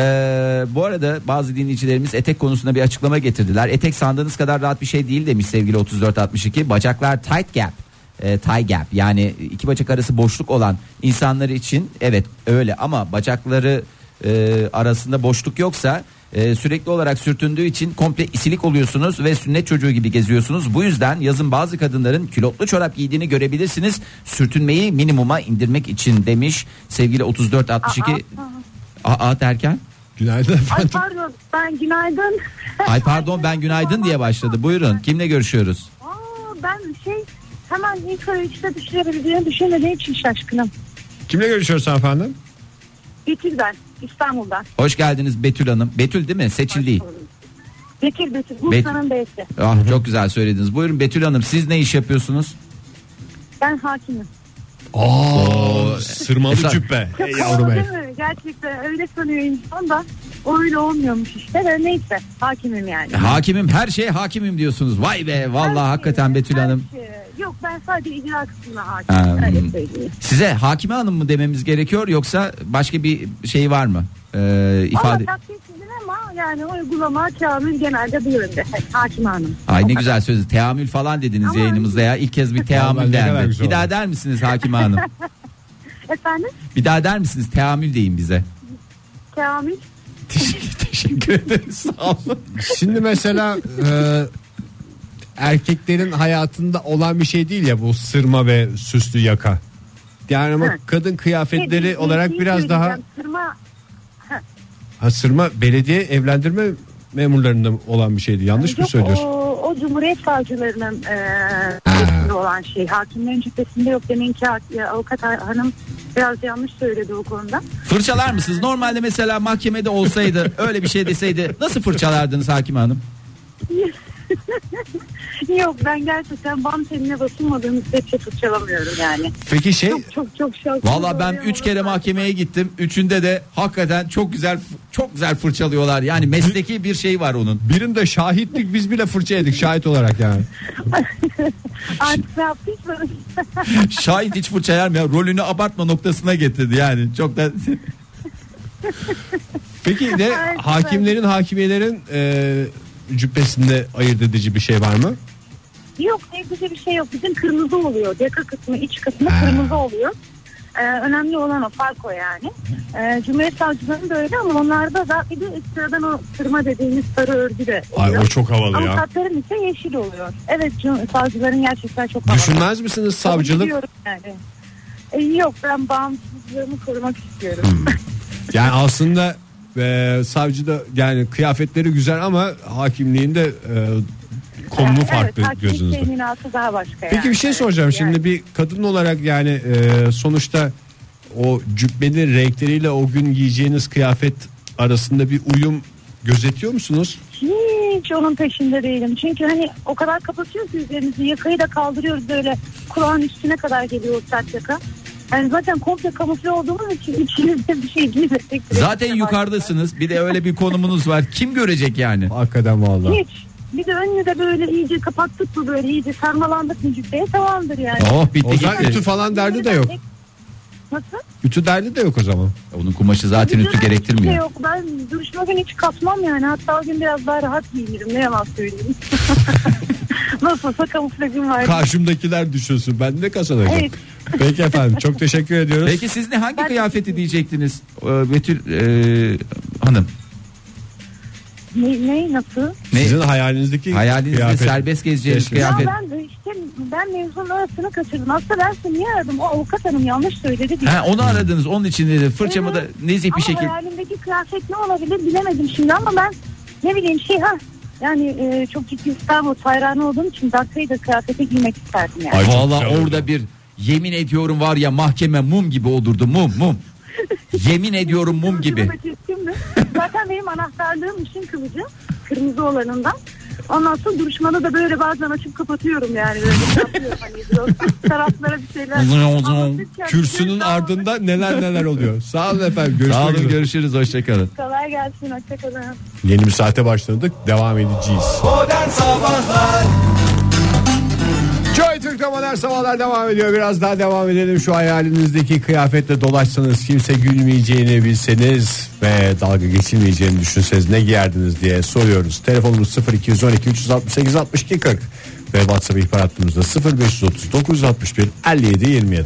Speaker 3: bu arada bazı dinleyicilerimiz etek konusunda bir açıklama getirdiler. Etek sandığınız kadar rahat bir şey değil demiş sevgili 3462. Bacaklar tight gap. Ee, tie gap yani iki bacak arası boşluk olan insanlar için evet öyle ama bacakları e, arasında boşluk yoksa e, sürekli olarak sürtündüğü için komple isilik oluyorsunuz ve sünnet çocuğu gibi geziyorsunuz. Bu yüzden yazın bazı kadınların külotlu çorap giydiğini görebilirsiniz. Sürtünmeyi minimuma indirmek için demiş sevgili 3462. Aa, aa derken?
Speaker 2: Günaydın
Speaker 7: Ay
Speaker 2: efendim.
Speaker 7: pardon ben günaydın.
Speaker 3: Ay pardon ben günaydın diye başladı. Buyurun kimle görüşüyoruz?
Speaker 7: Aa, ben şey hemen ilk arayışta düşürebileceğini düşünmediğim şey için şaşkınım.
Speaker 2: Kimle görüşüyoruz efendim?
Speaker 7: Betül ben İstanbul'dan.
Speaker 3: Hoş geldiniz Betül Hanım. Betül değil mi? Seçil değil.
Speaker 7: Betül Betül Bursa'nın B'si.
Speaker 3: Ah, çok güzel söylediniz. Buyurun Betül Hanım siz ne iş yapıyorsunuz?
Speaker 7: Ben hakimim.
Speaker 2: Aa, sırmalı
Speaker 3: Esa-
Speaker 2: cübbe.
Speaker 7: Çok şey.
Speaker 2: Ey
Speaker 7: havalı
Speaker 2: yavrum ey.
Speaker 7: değil mi? Gerçekten öyle sanıyor insan da o öyle olmuyormuş işte de neyse hakimim yani.
Speaker 3: Hakimim her şeye hakimim diyorsunuz. Vay be
Speaker 7: Her
Speaker 3: vallahi
Speaker 7: şey,
Speaker 3: hakikaten Betül
Speaker 7: her
Speaker 3: Hanım.
Speaker 7: şey. Yok ben sadece icra kısmına
Speaker 3: Ha,
Speaker 7: hakimim. Öyle
Speaker 3: hmm.
Speaker 7: söyleyeyim.
Speaker 3: Size Hakime Hanım mı dememiz gerekiyor yoksa başka bir şey var mı? Ee, ifade.
Speaker 7: Ama takdir sizin ama yani uygulama kağıdımız genelde bu yönde. Hakim Hanım.
Speaker 3: Ay ne güzel sözü. Teamül falan dediniz
Speaker 7: Ama-
Speaker 3: yayınımızda ya. İlk kez bir
Speaker 2: Vallahi
Speaker 3: teamül
Speaker 2: ne kadar
Speaker 3: dendi.
Speaker 2: güzel
Speaker 3: Bir daha der misiniz Hakime Hanım?
Speaker 7: Efendim?
Speaker 3: Bir daha der misiniz teamül deyin bize.
Speaker 7: Kamil.
Speaker 3: Teşekkür ederiz. Sağ olun.
Speaker 2: Şimdi mesela e, erkeklerin hayatında olan bir şey değil ya bu sırma ve süslü yaka. Yani ama
Speaker 7: Hı.
Speaker 2: kadın
Speaker 7: Bir- bir-
Speaker 2: kıyafetleri
Speaker 7: bir
Speaker 2: olarak
Speaker 7: şey
Speaker 2: biraz daha
Speaker 7: söyleyeceğim. Sırma
Speaker 2: ha, sırma belediye evlendirme memurlarında olan bir şeydi. Yanlış mı
Speaker 7: Yok,
Speaker 2: söylüyorsun?
Speaker 7: O, o Cumhuriyet Savcılarının eee,
Speaker 2: Ha.
Speaker 7: cübbesinde olan şey. Hakimlerin cübbesinde yok. Deminki ha- e, avukat ha- hanım biraz yanlış söyledi bu konuda.
Speaker 3: Fırçalar mısınız? Normalde mesela mahkemede olsaydı öyle bir şey deseydi nasıl fırçalardınız Hakime Hanım?
Speaker 7: yok ben gerçekten bam teline basılmadığım müddetçe fırçalamıyorum yani.
Speaker 2: Peki şey
Speaker 7: Çok çok çok şanslı.
Speaker 3: Valla ben 3 kere mahkemeye gittim. Üçünde de hakikaten çok güzel çok güzel fırçalıyorlar. Yani mesleki bir şey var onun.
Speaker 2: birinde şahitlik biz bile fırça yedik şahit olarak yani.
Speaker 7: Artık ne yaptıysanız.
Speaker 3: Şahit hiç fırça yer mi? ya? Rolünü abartma noktasına getirdi yani. Çok da
Speaker 2: Peki de
Speaker 7: Ay, süper.
Speaker 2: hakimlerin hakimiyelerin e, cübbesinde ayırt edici bir şey var mı?
Speaker 7: Yok evde bir şey yok. Bizim kırmızı oluyor. Yaka kısmı, iç kısmı
Speaker 2: Ha.
Speaker 7: kırmızı oluyor. Ee, önemli olan o fark o yani. Ee, Cumhuriyet Savcıları'nın da öyle ama onlarda da bir de sıradan o sırma dediğimiz sarı örgü de
Speaker 2: Ay
Speaker 7: oluyor.
Speaker 2: o çok havalı ya.
Speaker 7: Avukatların ise yeşil oluyor. Evet Cum- savcıların gerçekten çok havalı.
Speaker 2: Düşünmez misiniz
Speaker 7: Kabul
Speaker 2: savcılık?
Speaker 7: ediyorum Yani. E, yok ben bağımsızlığımı korumak istiyorum.
Speaker 2: Yani aslında e, savcı da yani kıyafetleri güzel ama hakimliğinde e, konumu
Speaker 7: Evet,
Speaker 2: farklı
Speaker 7: hakimlik
Speaker 2: gözünüzde.
Speaker 7: teminatı daha başka
Speaker 2: Peki bir şey soracağım şimdi bir kadın olarak yani e, sonuçta o cübbenin renkleriyle o gün giyeceğiniz kıyafet arasında bir uyum gözetiyor musunuz?
Speaker 7: Hiç onun peşinde değilim. Çünkü hani o kadar kapatıyoruz ki üzerimizi. Yakayı da kaldırıyoruz böyle. Kulağın üstüne kadar geliyor o sert yaka. Yani zaten komple kamufle olduğumuz için içimizde bir şey giymesek.
Speaker 3: zaten yukarıdasınız. Bir de öyle bir konumunuz var. Kim görecek yani?
Speaker 2: Hakikaten vallahi.
Speaker 7: Hiç. Bir de önünü de böyle iyice kapattık mı böyle iyice sarmalandık mı cübbeye tamamdır yani.
Speaker 3: Oh bitti
Speaker 2: O zaman
Speaker 3: gitti.
Speaker 2: ütü falan derdi de yok.
Speaker 7: Nasıl?
Speaker 2: Ütü derdi de yok o zaman.
Speaker 3: Onun kumaşı zaten ütü
Speaker 7: Hiç de
Speaker 3: gerektirmiyor.
Speaker 7: yok. Ben duruşma gün hiç katmam yani. Hatta o gün biraz daha rahat giyinirim. Ne yalan söyleyeyim. Nasılsa kamuflajım var.
Speaker 2: Karşımdakiler düşünsün ben de kasadayım.
Speaker 7: Evet.
Speaker 2: Peki efendim çok teşekkür ediyoruz.
Speaker 3: Peki siz ne hangi
Speaker 7: Ben-
Speaker 3: kıyafeti diyecektiniz Ee, Betül e, Hanım?
Speaker 7: ne, ne nasıl?
Speaker 3: Ne?
Speaker 2: Sizin hayalinizdeki
Speaker 3: Hayalinizde
Speaker 2: kıyafet.
Speaker 3: serbest gezeceğiniz
Speaker 2: Keşke.
Speaker 3: kıyafet.
Speaker 7: Ya ben de işte ben mevzunun arasını kaçırdım. Aslında ben seni niye aradım? O avukat hanım yanlış söyledi diye.
Speaker 3: Ha, onu aradınız onun için dedi. Fırçamı da
Speaker 7: Evet.
Speaker 3: nezih
Speaker 7: ama
Speaker 3: bir şekilde.
Speaker 7: hayalimdeki kıyafet ne olabilir bilemedim şimdi ama ben ne bileyim şey ha yani e, çok ciddi Star Wars hayranı olduğum için Darth Vader kıyafeti giymek isterdim yani.
Speaker 2: Ay, çok
Speaker 3: Valla
Speaker 2: güzel
Speaker 3: orada
Speaker 2: oldu.
Speaker 3: bir yemin ediyorum var ya mahkeme mum gibi olurdu mum mum. yemin ediyorum mum gibi.
Speaker 7: Kılıcımı da kestim de. Zaten benim anahtarlığım işin kılıcı. Kırmızı olanından.
Speaker 5: Ondan sonra duruşmada da böyle bazen açıp kapatıyorum yani. Böyle
Speaker 7: şey
Speaker 5: kapıyorum hani biraz taraflara bir şeyler. anlatırken-
Speaker 2: Kürsünün ardında neler neler oluyor. Sağ olun efendim.
Speaker 3: Sağ
Speaker 2: Görüşmek
Speaker 3: olun
Speaker 2: üzere.
Speaker 3: görüşürüz hoşçakalın.
Speaker 5: Kolay gelsin. Hoşçakalın.
Speaker 2: Yeni bir saate başladık. Devam edeceğiz. Joy Türk'te modern sabahlar devam ediyor. Biraz daha devam edelim. Şu hayalinizdeki kıyafetle dolaşsanız kimse gülmeyeceğini bilseniz ve dalga geçilmeyeceğini düşünseniz ne giyerdiniz diye soruyoruz. Telefonumuz 0212 368 62 40 ve WhatsApp ihbar hattımızda 0539 61 57 27.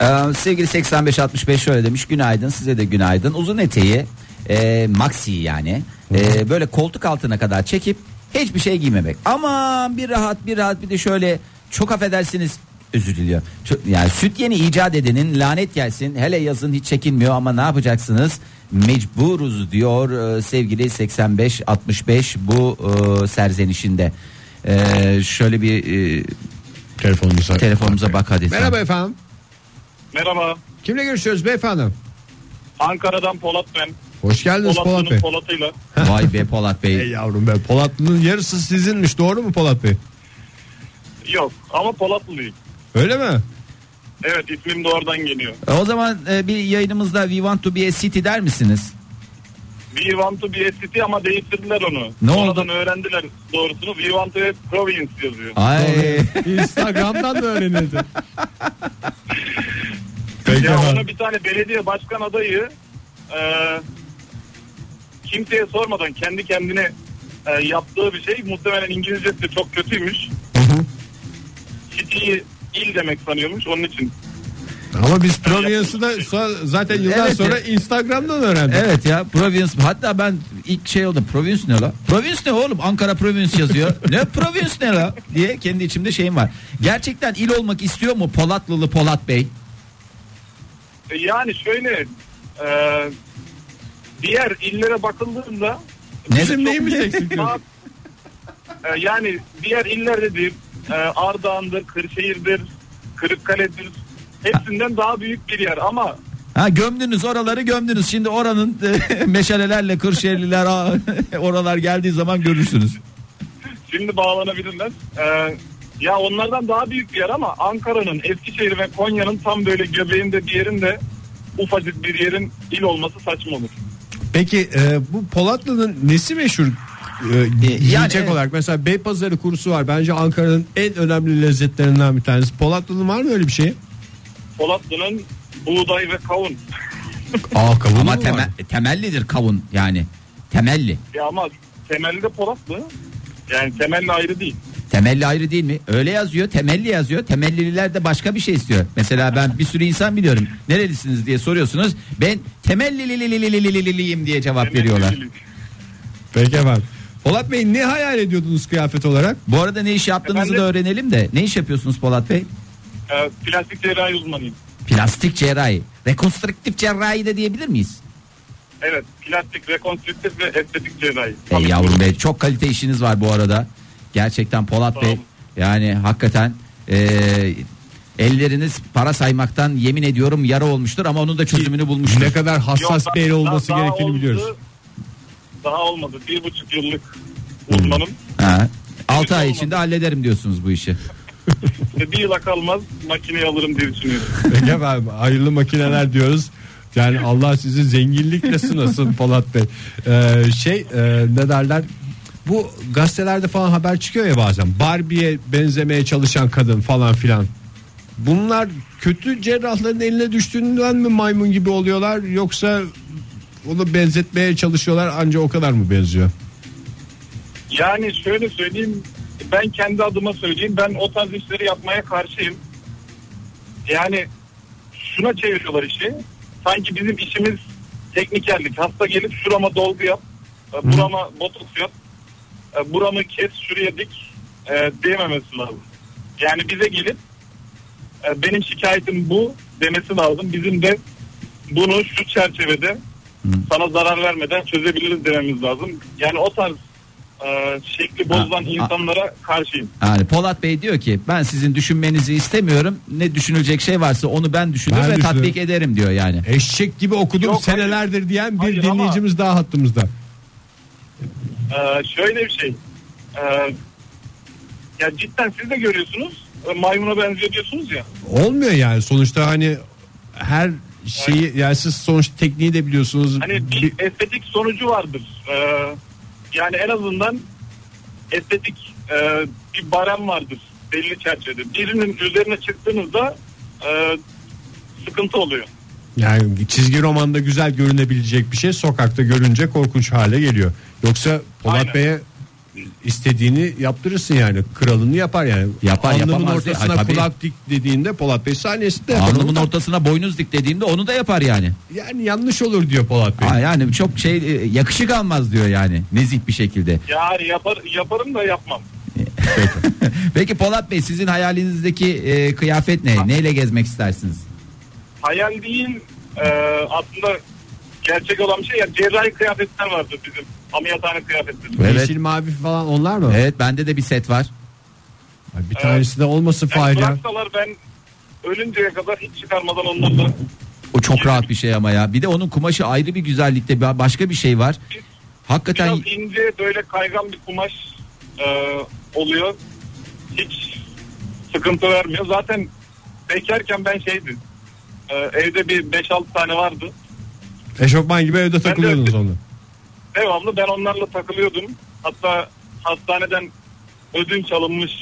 Speaker 3: Ee, sevgili 8565 şöyle demiş günaydın size de günaydın uzun eteği e, maxi yani e, böyle koltuk altına kadar çekip hiçbir şey giymemek aman bir rahat bir rahat bir de şöyle çok affedersiniz özür diliyor Çok- yani süt yeni icat edenin lanet gelsin hele yazın hiç çekinmiyor ama ne yapacaksınız mecburuz diyor e, sevgili 8565 bu e, serzenişinde E, şöyle bir e,
Speaker 2: Telefonumuza.
Speaker 3: telefonumuza bak hadi sen.
Speaker 2: Merhaba efendim.
Speaker 4: Merhaba.
Speaker 2: Kimle görüşüyoruz beyefendi?
Speaker 4: Ankara'dan Polat ben.
Speaker 2: Hoş geldiniz Polat Bey.
Speaker 4: Polat'ın Polat'ıyla.
Speaker 3: vay be Polat Bey
Speaker 2: Ey yavrum be Polatlı'nın yarısı sizinmiş doğru mu Polat Bey?
Speaker 4: Yok ama Polatlıyım.
Speaker 2: Öyle mi?
Speaker 4: Evet ismim de oradan geliyor.
Speaker 3: E, O zaman e, bir yayınımızda We Want to be a city der misiniz?
Speaker 4: We want to be a city ama değiştirdiler onu.
Speaker 3: Ne oldu?
Speaker 4: Sonradan öğrendiler doğrusunu. We want to be province yazıyor.
Speaker 3: Ay
Speaker 2: Instagram'dan da öğrenildi. Peki
Speaker 4: Ya
Speaker 2: efendim.
Speaker 4: ona bir tane belediye başkan adayı e, kimseye sormadan kendi kendine e, yaptığı bir şey muhtemelen İngilizcesi de çok kötüymüş. City'yi il demek sanıyormuş onun için.
Speaker 2: Ama biz Providence'ı da so- zaten yıllar
Speaker 3: Evet.
Speaker 2: sonra Instagram'dan öğrendik.
Speaker 3: evet ya Province hatta ben ilk şey oldum Province ne la? Province ne oğlum Ankara Province yazıyor. ne Province ne la diye kendi içimde şeyim var. Gerçekten il olmak istiyor mu Polatlılı Polat Bey?
Speaker 4: E, yani şöyle e, diğer illere bakıldığında
Speaker 3: Ne-
Speaker 2: Bizim neyimiz eksik?
Speaker 4: Daha- E, yani diğer illerde değil e, Ardahan'dır, Kırşehir'dir, Kırıkkale'dir hepsinden daha büyük bir yer ama
Speaker 3: Ha gömdünüz oraları gömdünüz. Şimdi oranın e, meşalelerle Kırşehirliler aa, oralar geldiği zaman görürsünüz.
Speaker 4: Şimdi bağlanabilirler. Ee, ya onlardan daha büyük bir yer ama Ankara'nın, Eskişehir ve Konya'nın tam böyle göbeğinde bir yerin de ufacık bir yerin il olması saçma olur.
Speaker 2: Peki e, bu Polatlı'nın nesi meşhur? E, yiyecek
Speaker 3: evet.
Speaker 2: olarak mesela Beypazarı kurusu var. Bence Ankara'nın en önemli lezzetlerinden bir tanesi. Polatlı'nın var mı öyle bir şey?
Speaker 4: Polatlı'nın buğday ve kavun.
Speaker 2: Aa kavun
Speaker 3: Ama temel, temellidir kavun yani. Temelli.
Speaker 4: Ya ama temelde Polatlı. Yani temelli ayrı değil.
Speaker 3: Temelli ayrı değil mi? Öyle yazıyor, temelli yazıyor. Temellililer de başka bir şey istiyor. Mesela ben bir sürü insan biliyorum. Nerelisiniz diye soruyorsunuz. Ben temellililililililiyim diye cevap veriyorlar.
Speaker 4: Temelli değil.
Speaker 2: Peki efendim. Polat Bey ne hayal ediyordunuz kıyafet olarak?
Speaker 3: Bu arada ne iş yaptığınızı da
Speaker 4: Efendim?
Speaker 3: öğrenelim de. Ne iş yapıyorsunuz Polat Bey?
Speaker 4: Ee, plastik cerrahi uzmanıyım.
Speaker 3: Plastik cerrahi. Rekonstrüktif cerrahi de diyebilir miyiz?
Speaker 4: Evet, plastik, rekonstrüktif ve estetik
Speaker 2: E
Speaker 4: cerrahi.
Speaker 3: Ey E, yavrum be çok kalite işiniz var bu arada. Gerçekten Polat Bey
Speaker 4: Tamam.
Speaker 3: yani hakikaten eee, elleriniz para saymaktan yemin ediyorum yara olmuştur ama onun da çözümünü bulmuştur.
Speaker 2: Ne kadar
Speaker 4: Yok,
Speaker 2: hassas
Speaker 4: daha-
Speaker 2: bir el olması
Speaker 4: daha- daha
Speaker 2: gerektiğini
Speaker 4: olmadı.
Speaker 2: biliyoruz.
Speaker 4: Daha olmadı. Bir buçuk yıllık
Speaker 2: Hmm.
Speaker 4: uzmanım.
Speaker 3: Ha. 6 ay
Speaker 4: olmadı.
Speaker 3: içinde hallederim diyorsunuz bu işi.
Speaker 4: Ve bir yıla kalmaz makineyi alırım diye düşünüyorum.
Speaker 2: Peki efendim hayırlı makineler diyoruz. Yani Allah sizi zenginlikle sınasın Polat Bey. Ee, şey e, ne derler? Bu gazetelerde falan haber çıkıyor ya bazen. Barbie'ye benzemeye çalışan kadın falan filan. Bunlar kötü cerrahların eline düştüğünden mi maymun gibi oluyorlar yoksa onu benzetmeye çalışıyorlar anca o kadar mı benziyor?
Speaker 4: Yani şöyle söyleyeyim ben kendi adıma söyleyeyim ben o tarz işleri yapmaya karşıyım. Yani şuna çeviriyorlar işi. Sanki bizim işimiz teknikerlik. Hasta gelip şurama dolgu yap, e, burama botoks yap, e, buramı kes şuraya dik e, diyememesi lazım. Yani bize gelip e, benim şikayetim bu demesi lazım. Bizim de bunu şu çerçevede sana zarar vermeden çözebiliriz dememiz lazım. Yani o tarz e, şekli bozulan
Speaker 3: Ha, ha.
Speaker 4: insanlara karşıyım.
Speaker 3: Yani Polat Bey diyor ki ben sizin düşünmenizi istemiyorum. Ne düşünülecek şey varsa onu ben düşünür
Speaker 2: Ben
Speaker 3: ve
Speaker 2: düşünürüm.
Speaker 3: tatbik ederim diyor yani.
Speaker 2: Eşek gibi okudum
Speaker 4: Yok, hayır.
Speaker 2: senelerdir diyen bir
Speaker 4: Hayır ama-
Speaker 2: dinleyicimiz daha hattımızda.
Speaker 4: Ee, şöyle bir şey. Ee, ya cidden siz de görüyorsunuz. E, Maymuna benziyor diyorsunuz ya.
Speaker 2: Olmuyor yani sonuçta hani her şeyi yani siz sonuç tekniği de biliyorsunuz.
Speaker 4: Hani
Speaker 2: Ki-
Speaker 4: bir estetik sonucu vardır. Ee, yani en azından estetik e, bir barem vardır belli çerçevede. Birinin üzerine çıktığınızda e, sıkıntı oluyor.
Speaker 2: Yani çizgi romanda güzel görünebilecek bir şey sokakta görünce korkunç hale geliyor. Yoksa Polat
Speaker 4: Aynen.
Speaker 2: Bey'e istediğini yaptırırsın yani kralını yapar yani.
Speaker 3: Yapar,
Speaker 2: Anlamın
Speaker 3: yapamaz diye-
Speaker 2: ortasına
Speaker 3: Ay, tabii.
Speaker 2: kulak dik dediğinde Polat Bey sahnesinde yapar.
Speaker 3: Alnımın
Speaker 2: Onu da-
Speaker 3: ortasına boynuz dik dediğimde onu da yapar yani.
Speaker 2: Yani yanlış olur diyor Polat Bey.
Speaker 3: Aa, yani çok şey e, yakışık almaz diyor yani nezih bir şekilde.
Speaker 4: Yani yapar, yaparım da yapmam.
Speaker 3: Peki Polat Bey sizin hayalinizdeki e, kıyafet ne? Neyle gezmek istersiniz?
Speaker 4: Hayal değil e, aslında gerçek olan bir şey. Yani cerrahi kıyafetler vardır bizim ameliyathane kıyafetleri.
Speaker 3: Evet.
Speaker 2: Yeşil mavi falan onlar mı?
Speaker 3: Evet bende de bir set var.
Speaker 2: Ay, Bir tanesi de olmasın
Speaker 4: Yani
Speaker 2: Fahir ya.
Speaker 4: Ee, bıraksalar ben ölünceye kadar hiç çıkarmadan onlarla
Speaker 3: O çok rahat bir şey ama ya. Bir de onun kumaşı ayrı bir güzellikte ba- başka bir şey var. Hakikaten
Speaker 4: Biraz ince böyle kaygan bir kumaş e, oluyor. Hiç sıkıntı vermiyor. Zaten bekarken ben şeydim. E, evde bir 5-6 tane vardı.
Speaker 2: Eşofman gibi evde takılıyordunuz onu.
Speaker 4: Devamlı ben onlarla takılıyordum. Hatta hastaneden ödünç alınmış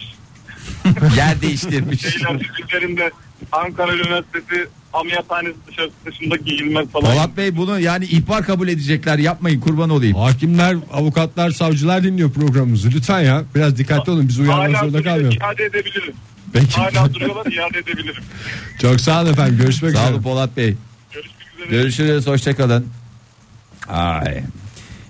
Speaker 3: yer değiştirmiş.
Speaker 4: şeyler üzerinde Ankara Üniversitesi ameliyathanesi dışarı- dışında giyilmez falan.
Speaker 3: Polat Bey bunu yani ihbar kabul edecekler yapmayın kurban olayım.
Speaker 2: Hakimler, avukatlar, savcılar dinliyor programımızı. Lütfen ya biraz dikkatli olun. Biz uyarmak
Speaker 4: Hala
Speaker 2: zorunda
Speaker 4: duruyor,
Speaker 2: kalmıyoruz.
Speaker 4: iade edebilirim.
Speaker 2: Peki.
Speaker 4: Hala duruyorlar iade edebilirim.
Speaker 2: Çok sağ olun efendim. Görüşmek
Speaker 3: Sağ
Speaker 2: üzere.
Speaker 3: olun Polat Bey.
Speaker 4: Görüşmek üzere.
Speaker 3: Görüşürüz hoşçakalın. Ay.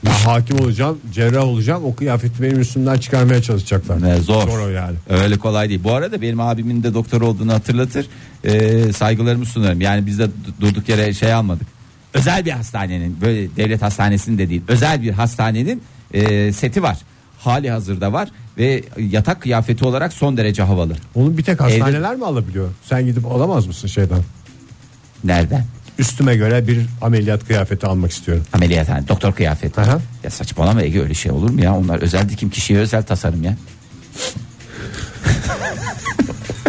Speaker 2: Ya hakim olacağım, cerrah olacağım. O kıyafeti benim üstümden çıkarmaya çalışacaklar.
Speaker 3: Ne zor.
Speaker 2: Zor o yani.
Speaker 3: Öyle kolay değil. Bu arada benim abimin de doktor olduğunu hatırlatır. Ee, saygılarımı sunarım. Yani biz de du- durduk yere şey almadık. Özel bir hastanenin böyle devlet hastanesinin de değil. Özel bir hastanenin e, seti var. Hali hazırda var ve yatak kıyafeti olarak son derece havalı.
Speaker 2: Onu bir tek hastaneler mi alabiliyor? Sen gidip alamaz mısın şeyden?
Speaker 3: Nereden?
Speaker 2: Üstüme göre bir ameliyat kıyafeti almak istiyorum.
Speaker 3: Ameliyathane, doktor kıyafeti.
Speaker 2: Aha.
Speaker 3: Ya saçmalama Ege öyle şey olur mu ya? Onlar özel dikim kişiye özel tasarım ya.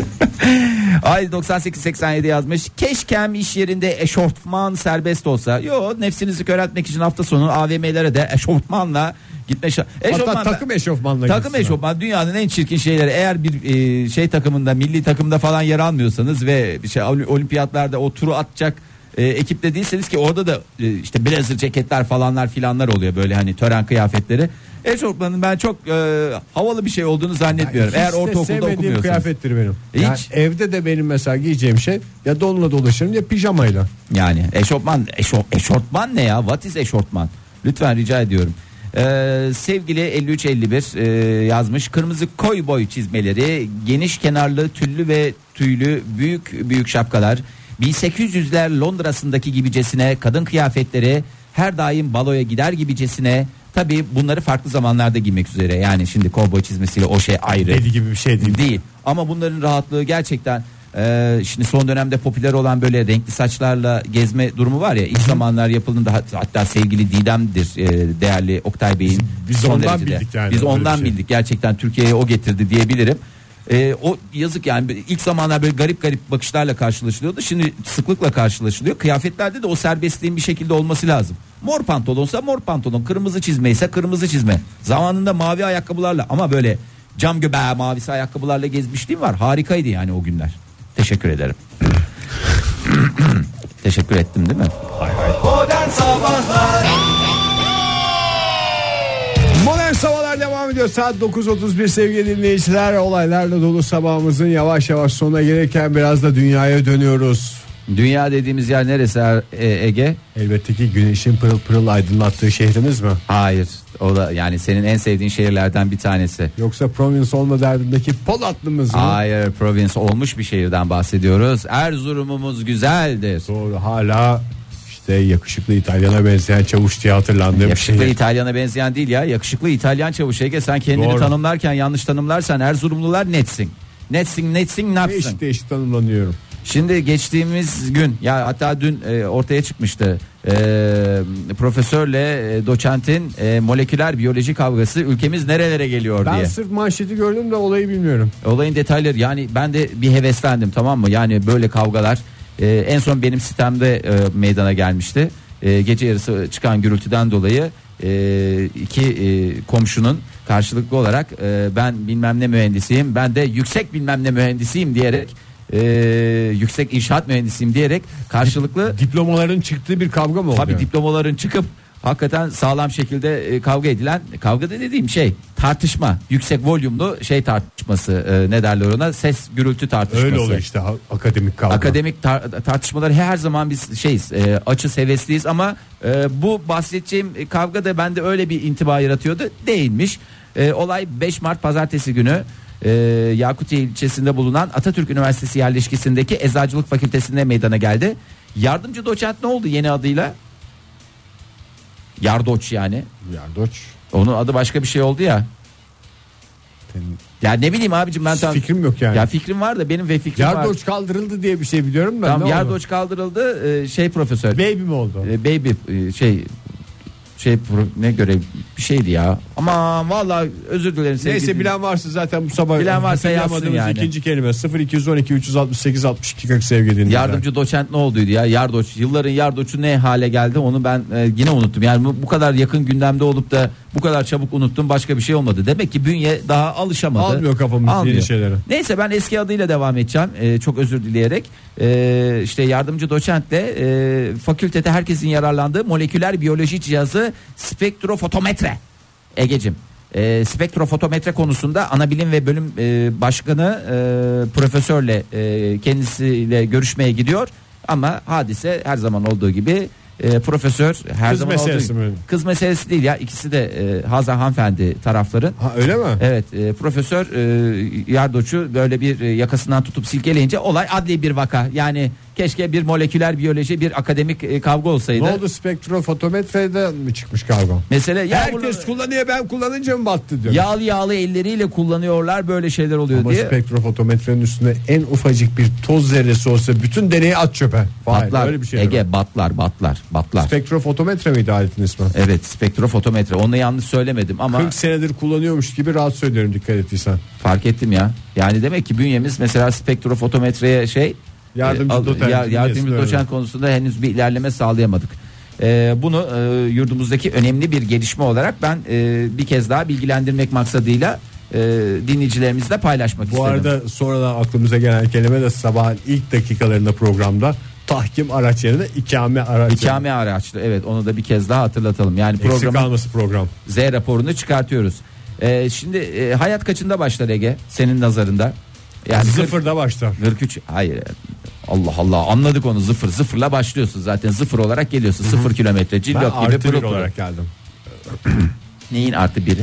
Speaker 3: Ay 98 87 yazmış. Keşkem iş yerinde eşofman serbest olsa. Yo nefsinizi köreltmek için hafta sonu AVM'lere de eşofmanla gitme şa-
Speaker 2: Hatta
Speaker 3: Eşofman-
Speaker 2: takım eşofmanla
Speaker 3: Takım
Speaker 2: gitsinler.
Speaker 3: eşofman dünyanın en çirkin şeyleri. Eğer bir e, şey takımında, milli takımda falan yer almıyorsanız ve bir şey oli- olimpiyatlarda o turu atacak e, ekipte değilseniz ki orada da e, işte blazer ceketler falanlar filanlar oluyor böyle hani tören kıyafetleri. Eşofmanın ben çok e, havalı bir şey olduğunu zannetmiyorum.
Speaker 2: Hiç
Speaker 3: Eğer
Speaker 2: de
Speaker 3: ortaokulda
Speaker 2: sevmediğim
Speaker 3: okumuyorsanız.
Speaker 2: kıyafettir benim.
Speaker 3: Hiç.
Speaker 2: Yani evde de benim mesela giyeceğim şey ya donla dolaşırım ya pijamayla.
Speaker 3: Yani eşofman eşo, eşortman ne ya? What is eşortman? Lütfen rica ediyorum. Ee, sevgili 5351 e, yazmış kırmızı koy boy çizmeleri geniş kenarlı tüllü ve tüylü büyük büyük şapkalar 1800'ler Londra'sındaki gibicesine kadın kıyafetleri her daim baloya gider gibicesine tabi bunları farklı zamanlarda giymek üzere yani şimdi kovboy çizmesiyle o şey ayrı
Speaker 2: Deli gibi bir şey değil.
Speaker 3: değil. Ama bunların rahatlığı gerçekten e, şimdi son dönemde popüler olan böyle renkli saçlarla gezme durumu var ya ilk zamanlar yapıldığında hat- hatta sevgili Didem'dir e, değerli Oktay Bey'in
Speaker 2: biz
Speaker 3: son
Speaker 2: ondan bildik yani
Speaker 3: Biz
Speaker 2: böyle
Speaker 3: ondan
Speaker 2: bir şey.
Speaker 3: bildik gerçekten Türkiye'ye o getirdi diyebilirim. E, o yazık yani ilk zamanlar böyle garip garip bakışlarla karşılaşılıyordu. Şimdi sıklıkla karşılaşılıyor. Kıyafetlerde de o serbestliğin bir şekilde olması lazım. Mor pantolonsa mor pantolon, kırmızı çizme ise kırmızı çizme. Zamanında mavi ayakkabılarla ama böyle cam göbeği mavisi ayakkabılarla gezmişliğim var. Harikaydı yani o günler. Teşekkür ederim. Teşekkür ettim değil mi?
Speaker 2: Modern Sabahlar devam ediyor. Saat 9.31 sevgili dinleyiciler. Olaylarla dolu sabahımızın yavaş yavaş sonuna gelirken biraz da dünyaya dönüyoruz.
Speaker 3: Dünya dediğimiz yer neresi Er- e, Ege?
Speaker 2: Elbette ki güneşin pırıl pırıl aydınlattığı şehrimiz mi?
Speaker 3: Hayır. O da yani senin en sevdiğin şehirlerden bir tanesi.
Speaker 2: Yoksa Province olma derdindeki Polatlı'mız mı?
Speaker 3: Hayır, province olmuş bir şehirden bahsediyoruz. Erzurum'umuz güzeldir.
Speaker 2: Doğru hala işte yakışıklı İtalyana benzeyen çavuş diye hatırlandığım
Speaker 3: Yakışıklı
Speaker 2: şehir.
Speaker 3: İtalyana benzeyen değil ya. Yakışıklı İtalyan çavuş Ege sen kendini
Speaker 2: Doğru.
Speaker 3: tanımlarken yanlış tanımlarsan Erzurumlular netsin. Netsin, netsin, ne yapsın?
Speaker 2: Eşit eşit tanımlanıyorum.
Speaker 3: Şimdi geçtiğimiz gün ya hatta dün e, ortaya çıkmıştı. e, profesörle e, doçentin e, moleküler biyoloji kavgası ülkemiz nerelere geliyor
Speaker 2: Ben
Speaker 3: diye.
Speaker 2: sırf manşeti gördüm de olayı bilmiyorum.
Speaker 3: Olayın detayları yani ben de bir heveslendim tamam mı? Yani böyle kavgalar e, en son benim sitemde e, meydana gelmişti. E, gece yarısı çıkan gürültüden dolayı e, iki e, komşunun karşılıklı olarak e, ben bilmem ne mühendisiyim ben de yüksek bilmem ne mühendisiyim diyerek e, yüksek inşaat mühendisiyim diyerek karşılıklı
Speaker 2: Diplomaların çıktığı bir kavga mı oldu?
Speaker 3: Tabii diplomaların çıkıp hakikaten sağlam şekilde e, kavga edilen kavga da dediğim şey tartışma yüksek volümlü şey tartışması e, ne derler ona ses gürültü tartışması.
Speaker 2: Öyle oluyor işte ha- akademik kavga.
Speaker 3: Akademik tar- tartışmalar her zaman biz şeyiz e, açız hevesliyiz ama e, bu bahsedeceğim e, kavga da bende öyle bir intiba yaratıyordu değilmiş. E, olay 5 Mart pazartesi günü e, Yakutiye ilçesinde bulunan Atatürk Üniversitesi yerleşkesindeki Eczacılık Fakültesi'nde meydana geldi. Yardımcı doçent ne oldu yeni adıyla? Yardoç yani.
Speaker 2: Yardoç.
Speaker 3: Onun adı başka bir şey oldu ya. Ya ne bileyim abicim ben tam...
Speaker 2: Fikrim yok yani.
Speaker 3: Ya fikrim var da benim ve fikrim var.
Speaker 2: Yardoç kaldırıldı diye bir şey biliyorum da.
Speaker 3: Tam
Speaker 2: ne
Speaker 3: Yardoç
Speaker 2: oldu?
Speaker 3: kaldırıldı e, şey profesör.
Speaker 2: Baby mi oldu?
Speaker 3: E, baby e, şey şey pro- ne göre bir şeydi ya. Aman vallahi özür dilerim sevgili.
Speaker 2: Neyse bilen varsa zaten bu sabah
Speaker 3: Bilen varsa yazsın
Speaker 2: hatırlayamadığımız
Speaker 3: yani.
Speaker 2: ikinci kelime 0212 368 62 40 sevgili dinleyiciler.
Speaker 3: Yardımcı doçent ne olduydu ya Yardoç yılların Yardoç'u ne hale geldi onu ben e, yine unuttum yani bu, bu kadar yakın gündemde olup da bu kadar çabuk unuttum başka bir şey olmadı demek ki bünye daha alışamadı
Speaker 2: Almıyor kafamız
Speaker 3: Almıyor.
Speaker 2: yeni şeylere.
Speaker 3: Neyse ben eski adıyla devam edeceğim. Ee, çok özür dileyerek. Ee, işte yardımcı doçentle e, fakültede herkesin yararlandığı moleküler biyoloji cihazı spektrofotometre. Egecim. E, spektrofotometre konusunda ana bilim ve bölüm e, başkanı e, profesörle e, kendisiyle görüşmeye gidiyor. Ama hadise her zaman olduğu gibi e, profesör her
Speaker 2: Kız
Speaker 3: zaman
Speaker 2: meselesi
Speaker 3: olduğu
Speaker 2: mi?
Speaker 3: kız meselesi değil ya ikisi de e, Hazar hanımefendi tarafların
Speaker 2: Ha öyle mi?
Speaker 3: Evet e, profesör e, Yardoç'u böyle bir e, yakasından tutup silkeleyince olay adli bir vaka. Yani keşke bir moleküler biyoloji bir akademik e, kavga olsaydı.
Speaker 2: Ne oldu spektrofotometreden mi çıkmış kavga?
Speaker 3: Mesele yağmurlu-
Speaker 2: Herkes kullanıyor ben kullanınca mı battı diyor.
Speaker 3: yağlı yağlı elleriyle kullanıyorlar böyle şeyler oluyor
Speaker 2: Ama
Speaker 3: diye.
Speaker 2: spektrofotometrenin üstünde en ufacık bir toz zerresi olsa bütün deneyi at çöpe. Vay,
Speaker 3: batlar
Speaker 2: öyle bir şey.
Speaker 3: Ege
Speaker 2: var.
Speaker 3: batlar batlar batlar.
Speaker 2: Spektrofotometre miydi aletin ismi?
Speaker 3: evet spektrofotometre onu yanlış söylemedim ama
Speaker 2: 40 senedir kullanıyormuş gibi rahat söylüyorum dikkat ettiysen.
Speaker 3: fark ettim ya. Yani demek ki bünyemiz mesela spektrofotometreye şey
Speaker 2: Yardımcı
Speaker 3: e, al-
Speaker 2: doçent
Speaker 3: ya- yardımcı
Speaker 2: bünyesinde
Speaker 3: doçent
Speaker 2: öyle.
Speaker 3: konusunda henüz bir ilerleme sağlayamadık. E, bunu e, yurdumuzdaki önemli bir gelişme olarak ben e, bir kez daha bilgilendirmek maksadıyla e, dinleyicilerimizle paylaşmak
Speaker 2: Bu
Speaker 3: istedim.
Speaker 2: arada sonradan aklımıza gelen kelime de sabahın ilk dakikalarında programda tahkim araç yerine ikame araç. yerine.
Speaker 3: İkame araçlı evet onu da bir kez daha hatırlatalım. Yani
Speaker 2: Eksik
Speaker 3: programın
Speaker 2: kalması program.
Speaker 3: Z raporunu çıkartıyoruz. E, şimdi e, hayat kaçında başlar Ege senin nazarında? Yani kırk-
Speaker 2: Sıfırda başlar.
Speaker 3: 43 hayır Allah Allah anladık onu zıfır zıfırla başlıyorsun zaten zıfır olarak geliyorsun sıfır kilometre
Speaker 2: Ben
Speaker 3: cillop gibi
Speaker 2: artı
Speaker 3: pırıl
Speaker 2: bir
Speaker 3: pırıl.
Speaker 2: olarak geldim.
Speaker 3: neyin artı biri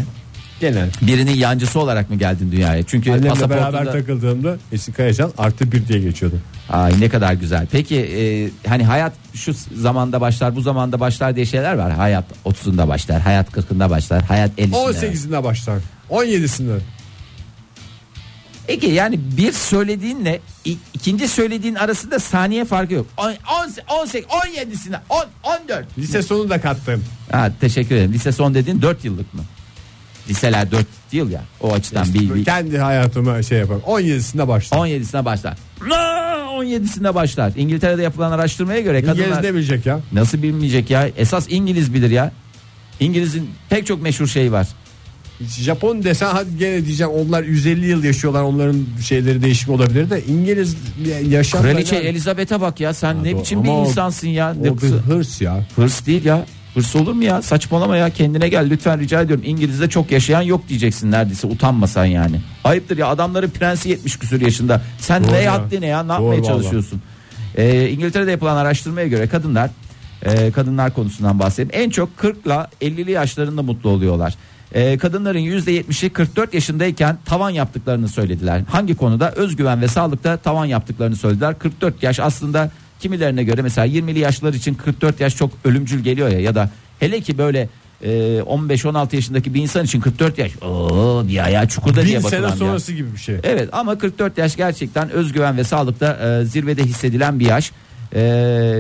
Speaker 2: Genel.
Speaker 3: birinin yancısı olarak mı geldin dünyaya çünkü
Speaker 2: Annemle
Speaker 3: pasaportunda
Speaker 2: beraber takıldığımda Esin Kayacan artı bir diye geçiyordu.
Speaker 3: Ay ne kadar güzel peki e, hani hayat şu zamanda başlar bu zamanda başlar diye şeyler var hayat 30'unda başlar hayat 40'ında başlar hayat 50'sinde
Speaker 2: 18'inde başlar. 17'sinde.
Speaker 3: Ege yani bir söylediğinle i- ikinci söylediğin arasında saniye farkı yok 18 17'sinde 10 14
Speaker 2: Lise sonunu da kattım.
Speaker 3: Ha, teşekkür ederim. Lise son dediğin 4 yıllık mı? Liseler 4 yıl ya. O açıdan bir, bir
Speaker 2: Kendi hayatıma şey yaparım. 17'sinde başlar.
Speaker 3: 17'sine başlar. Aa, 17'sinde başlar. İngiltere'de yapılan araştırmaya göre
Speaker 2: İngiliz
Speaker 3: kadınlar
Speaker 2: ne bilecek ya?
Speaker 3: nasıl bilmeyecek ya? Esas İngiliz bilir ya. İngiliz'in pek çok meşhur şeyi var.
Speaker 2: Japon desen hadi gene diyeceğim onlar 150 yıl yaşıyorlar onların şeyleri değişik olabilir de İngiliz yaşam
Speaker 3: Kraliçe Elizabeth'e bak ya sen ne
Speaker 2: doğru.
Speaker 3: biçim
Speaker 2: Ama
Speaker 3: bir
Speaker 2: o-
Speaker 3: insansın ya.
Speaker 2: o bir
Speaker 3: Hırs-
Speaker 2: hırs ya.
Speaker 3: Hırs değil ya. Hırs olur mu ya? Saçmalama ya. Kendine gel lütfen rica ediyorum. İngiliz'de çok yaşayan yok diyeceksin neredeyse. Utanmasan yani. Ayıptır ya. Adamların prensi 70 küsur yaşında. Sen
Speaker 2: Doğru
Speaker 3: ne
Speaker 2: ya.
Speaker 3: yaptın ne ya? Ne
Speaker 2: Doğru
Speaker 3: yapmaya
Speaker 2: vallahi.
Speaker 3: çalışıyorsun? Ee, İngiltere'de yapılan araştırmaya göre kadınlar e, kadınlar konusundan bahsedeyim. En çok 40 ile 50'li yaşlarında mutlu oluyorlar. Ee, kadınların %70'i 44 yaşındayken tavan yaptıklarını söylediler. Hangi konuda? Özgüven ve sağlıkta tavan yaptıklarını söylediler. 44 yaş aslında kimilerine göre mesela 20'li yaşlar için 44 yaş çok ölümcül geliyor ya ya da hele ki böyle e, 15-16 yaşındaki bir insan için 44 yaş Oo, bir ayağı çukurda diye
Speaker 2: Bin
Speaker 3: bakılan
Speaker 2: sene
Speaker 3: bir yaş.
Speaker 2: sonrası gibi bir şey.
Speaker 3: Evet ama 44 yaş gerçekten özgüven ve sağlıkta e, zirvede hissedilen bir yaş. E,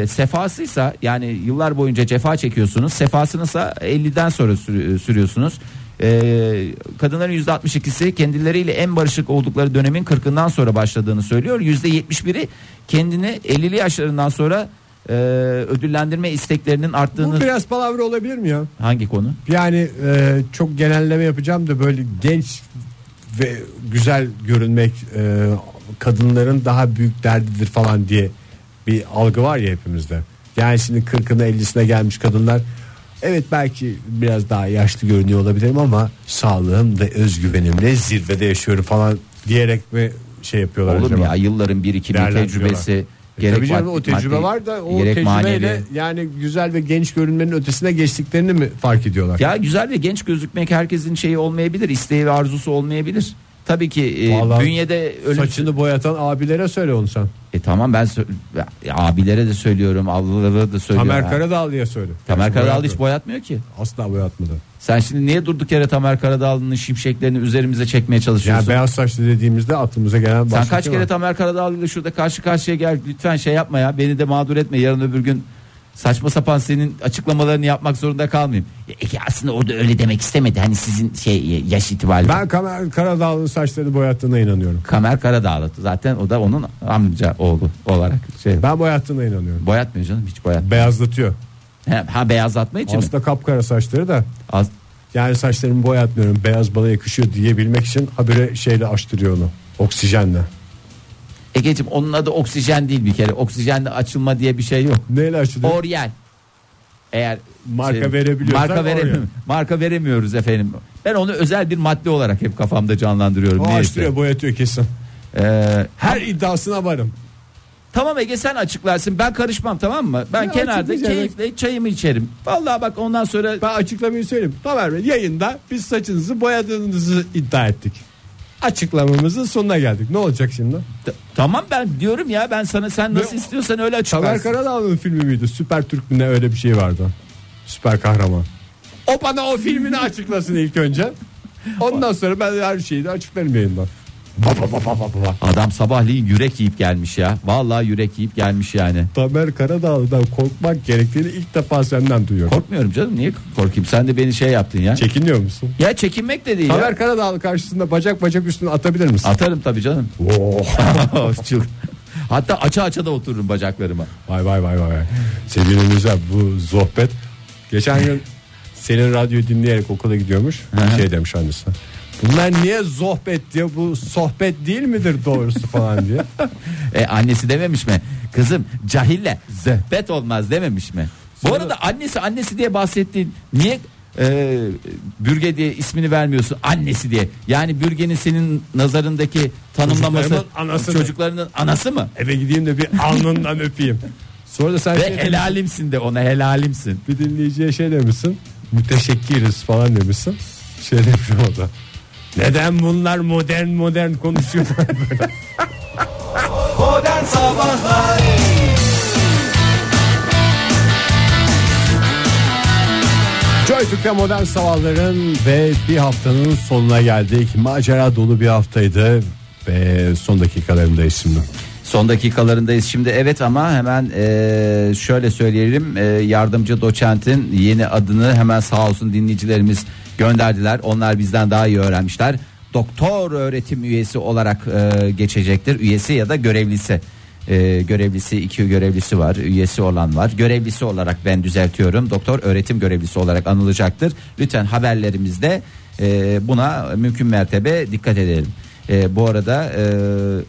Speaker 3: e, sefasıysa yani yıllar boyunca cefa çekiyorsunuz sefasınızsa 50'den sonra sürü- sürüyorsunuz. E, kadınların %62'si kendileriyle en barışık oldukları dönemin 40'ından sonra başladığını söylüyor. %71'i kendini 50'li yaşlarından sonra e, ödüllendirme isteklerinin
Speaker 2: Bu
Speaker 3: arttığını
Speaker 2: biraz palavra olabilir mi ya?
Speaker 3: hangi konu?
Speaker 2: Yani e, çok genelleme yapacağım da böyle genç ve güzel görünmek e, kadınların daha büyük derdidir falan diye bir algı var ya hepimizde. Yani şimdi 40'ına 50'sine gelmiş kadınlar evet belki biraz daha yaşlı görünüyor olabilirim ama sağlığım ve özgüvenimle zirvede yaşıyorum falan diyerek mi şey yapıyorlar
Speaker 3: Olur mu
Speaker 2: acaba?
Speaker 3: ya yılların birikimi
Speaker 2: Değerlendiriyorlar.
Speaker 3: tecrübesi
Speaker 2: E
Speaker 3: gerek
Speaker 2: tabii canım,
Speaker 3: mad-
Speaker 2: o tecrübe
Speaker 3: maddi,
Speaker 2: var da o
Speaker 3: gerek
Speaker 2: tecrübeyle
Speaker 3: manevi.
Speaker 2: yani güzel ve genç görünmenin ötesine geçtiklerini mi fark ediyorlar?
Speaker 3: Ya güzel ve genç gözükmek herkesin şeyi olmayabilir, isteği ve arzusu olmayabilir. Tabii ki e,
Speaker 2: Vallahi
Speaker 3: bünyede ölüm
Speaker 2: Saçını boyatan abilere söyle onu sen.
Speaker 3: E tamam ben sö- ya, abilere de söylüyorum, ablalara da söylüyorum.
Speaker 2: Tamer
Speaker 3: Ha.
Speaker 2: Karadağ diye söyle.
Speaker 3: Tamer
Speaker 2: Yani
Speaker 3: Karadağlı
Speaker 2: boyatma.
Speaker 3: hiç boyatmıyor ki.
Speaker 2: asla boyatmadı.
Speaker 3: Sen şimdi niye durduk yere Tamer Karadağlı'nın şimşeklerini üzerimize çekmeye
Speaker 2: Yani
Speaker 3: çalışıyorsun?
Speaker 2: beyaz saçlı dediğimizde aklımıza gelen başka
Speaker 3: Şey Sen kaç
Speaker 2: şey
Speaker 3: kere
Speaker 2: var.
Speaker 3: Tamer Karadağlı'yla şurada karşı karşıya gel lütfen şey yapma ya beni de mağdur etme yarın öbür gün saçma sapan senin açıklamalarını yapmak zorunda kalmayayım. Ya, e, aslında orada öyle demek istemedi hani sizin şey yaş itibariyle.
Speaker 2: Ben Kamer Karadağlı'nın saçlarını boyattığına inanıyorum.
Speaker 3: Kamer Karadağlı zaten o da onun amca oğlu olarak şey.
Speaker 2: Ben boyattığına inanıyorum.
Speaker 3: Boyatmıyor canım hiç boyat.
Speaker 2: Beyazlatıyor.
Speaker 3: Ha, ha beyazlatma için mi?
Speaker 2: Aslında kapkara saçları da
Speaker 3: Az,
Speaker 2: yani saçlarımı boyatmıyorum beyaz bana yakışıyor diyebilmek için habire şeyle açtırıyor onu. Oksijenle.
Speaker 3: Egeciğim onun adı oksijen değil bir kere. Oksijende açılma diye bir şey yok.
Speaker 2: Neyle açılıyor?
Speaker 3: Oriel. Eğer şey-
Speaker 2: Marka verebiliyorsak
Speaker 3: marka,
Speaker 2: Oriel.
Speaker 3: veremiyorum, marka veremiyoruz efendim. Ben onu özel bir madde olarak hep kafamda canlandırıyorum.
Speaker 2: o
Speaker 3: niyeyse.
Speaker 2: açtırıyor boyatıyor kesin.
Speaker 3: Ee,
Speaker 2: Her iddiasına varım.
Speaker 3: Tamam Ege sen açıklarsın ben karışmam tamam mı? Ben
Speaker 2: Ya
Speaker 3: kenarda
Speaker 2: açıklayacağım.
Speaker 3: keyifle çayımı içerim. Vallahi bak ondan sonra
Speaker 2: Ben açıklamayı söyleyeyim. Tamer Bey yayında biz saçınızı boyadığınızı iddia ettik. Açıklamamızın sonuna geldik. Ne olacak şimdi?
Speaker 3: T- tamam ben diyorum ya ben sana sen nasıl
Speaker 2: Ne-
Speaker 3: istiyorsan öyle
Speaker 2: Tamer
Speaker 3: açıklarsın.
Speaker 2: Karadağlı'nın filmi miydi? Süper Türk mü ne öyle bir şey vardı. Süper kahraman. O bana o filmini açıklasın ilk önce. Ondan sonra ben her şeyi de açıklarım yayından. Ba, ba, ba, ba, ba, ba.
Speaker 3: Adam sabahleyin yürek yiyip gelmiş ya. Vallahi yürek yiyip gelmiş yani.
Speaker 2: Tamer Karadağlı'dan korkmak gerektiğini ilk defa senden duyuyorum.
Speaker 3: Korkmuyorum canım niye korkayım sen de beni şey yaptın ya.
Speaker 2: Çekiniyor musun?
Speaker 3: ya çekinmek de değil ya.
Speaker 2: Tamer Karadağlı karşısında bacak bacak üstüne atabilir misin? Oh.
Speaker 3: Atarım tabii canım.
Speaker 2: Oo.
Speaker 3: Çıl- Hatta aça aça da otururum bacaklarıma.
Speaker 2: Vay vay vay vay. Sevgili dinleyiciler, bu sohbet geçen gün senin radyo dinleyerek okula gidiyormuş. şey demiş annesi. Bunlar niye sohbet diyor bu sohbet değil midir doğrusu falan diye.
Speaker 3: E, annesi dememiş mi? Kızım cahille zehbet olmaz dememiş mi? Bu arada annesi annesi diye bahsettiğin niye e, bürge diye ismini vermiyorsun annesi diye. Yani bürgenin senin nazarındaki tanımlaması
Speaker 2: Çocuklarımın anası mı?
Speaker 3: çocuklarının anası mı?
Speaker 2: Eve gideyim de bir alnından öpeyim. Sonra da sen şey
Speaker 3: Ve
Speaker 2: demişsin,
Speaker 3: helalimsin de ona helalimsin.
Speaker 2: bir dinleyiciye şey demişsin. Müteşekkiriz falan demişsin. Şey demiş o da. Neden bunlar modern modern konuşuyorlar? Joy Türk'te modern sabahların ve bir haftanın sonuna geldik. Macera dolu bir haftaydı ve son dakikalarındayız şimdi.
Speaker 3: Son dakikalarındayız şimdi evet ama hemen e, şöyle söyleyelim e, yardımcı doçentin yeni adını hemen sağ olsun dinleyicilerimiz gönderdiler. Onlar bizden daha iyi öğrenmişler. Doktor öğretim üyesi olarak e, geçecektir. Üyesi ya da görevlisi. E, görevlisi iki görevlisi var üyesi olan var görevlisi olarak ben düzeltiyorum doktor öğretim görevlisi olarak anılacaktır lütfen haberlerimizde e, buna mümkün mertebe dikkat edelim ee, bu arada e,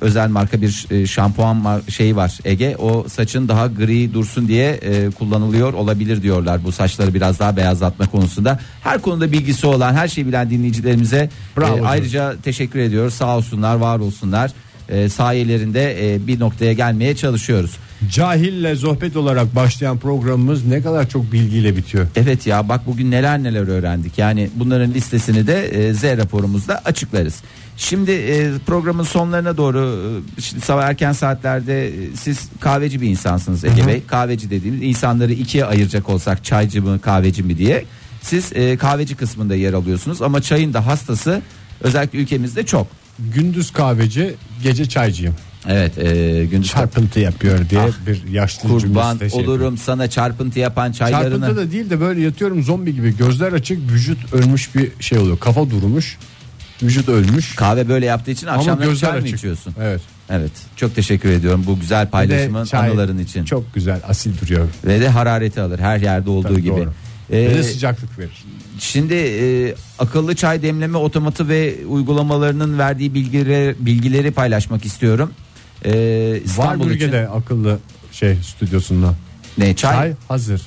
Speaker 3: özel marka bir e, şampuan mar- şeyi var Ege. O saçın daha gri dursun diye e, kullanılıyor olabilir diyorlar. Bu saçları biraz daha beyazlatma konusunda. Her konuda bilgisi olan, her şeyi bilen dinleyicilerimize
Speaker 2: Bravo
Speaker 3: e,
Speaker 2: hocam.
Speaker 3: ayrıca teşekkür ediyoruz. Sağ olsunlar, var olsunlar. E, sayelerinde e, bir noktaya gelmeye çalışıyoruz.
Speaker 2: Cahille sohbet olarak başlayan programımız ne kadar çok bilgiyle bitiyor.
Speaker 3: Evet ya bak bugün neler neler öğrendik. Yani bunların listesini de e, Z raporumuzda açıklarız. Şimdi e, programın sonlarına doğru e, şimdi sabah erken saatlerde e, siz kahveci bir insansınız Ege Bey. Kahveci dediğimiz insanları ikiye ayıracak olsak çaycı mı kahveci mi diye. Siz e, kahveci kısmında yer alıyorsunuz ama çayın da hastası özellikle ülkemizde çok.
Speaker 2: Gündüz kahveci, gece çaycıyım.
Speaker 3: Evet e, Gündüz
Speaker 2: çarpıntı yapıyor diye bir yaşlı
Speaker 3: Ah, Kurban
Speaker 2: cümlesi de şey yapıyor.
Speaker 3: olurum sana çarpıntı yapan çaylarını.
Speaker 2: Çarpıntı da değil de böyle yatıyorum zombi gibi gözler açık vücut ölmüş bir şey oluyor. Kafa durmuş vücut ölmüş
Speaker 3: Kahve böyle yaptığı için
Speaker 2: ama
Speaker 3: akşamları
Speaker 2: gözler
Speaker 3: çay mı
Speaker 2: açık.
Speaker 3: içiyorsun?
Speaker 2: Evet.
Speaker 3: Evet. Çok teşekkür ediyorum bu güzel
Speaker 2: Bir de
Speaker 3: paylaşımın
Speaker 2: çay
Speaker 3: anıların için.
Speaker 2: Çok güzel asil duruyor.
Speaker 3: Ve de harareti alır her yerde olduğu
Speaker 2: Tabii
Speaker 3: gibi.
Speaker 2: doğru.
Speaker 3: E,
Speaker 2: Ve de sıcaklık verir.
Speaker 3: Şimdi e, akıllı çay demleme otomatı ve uygulamalarının verdiği bilgileri, bilgileri paylaşmak istiyorum. E,
Speaker 2: Var
Speaker 3: İstanbul
Speaker 2: bölgede akıllı şey stüdyosunda.
Speaker 3: için ne çay?
Speaker 2: Çay, hazır.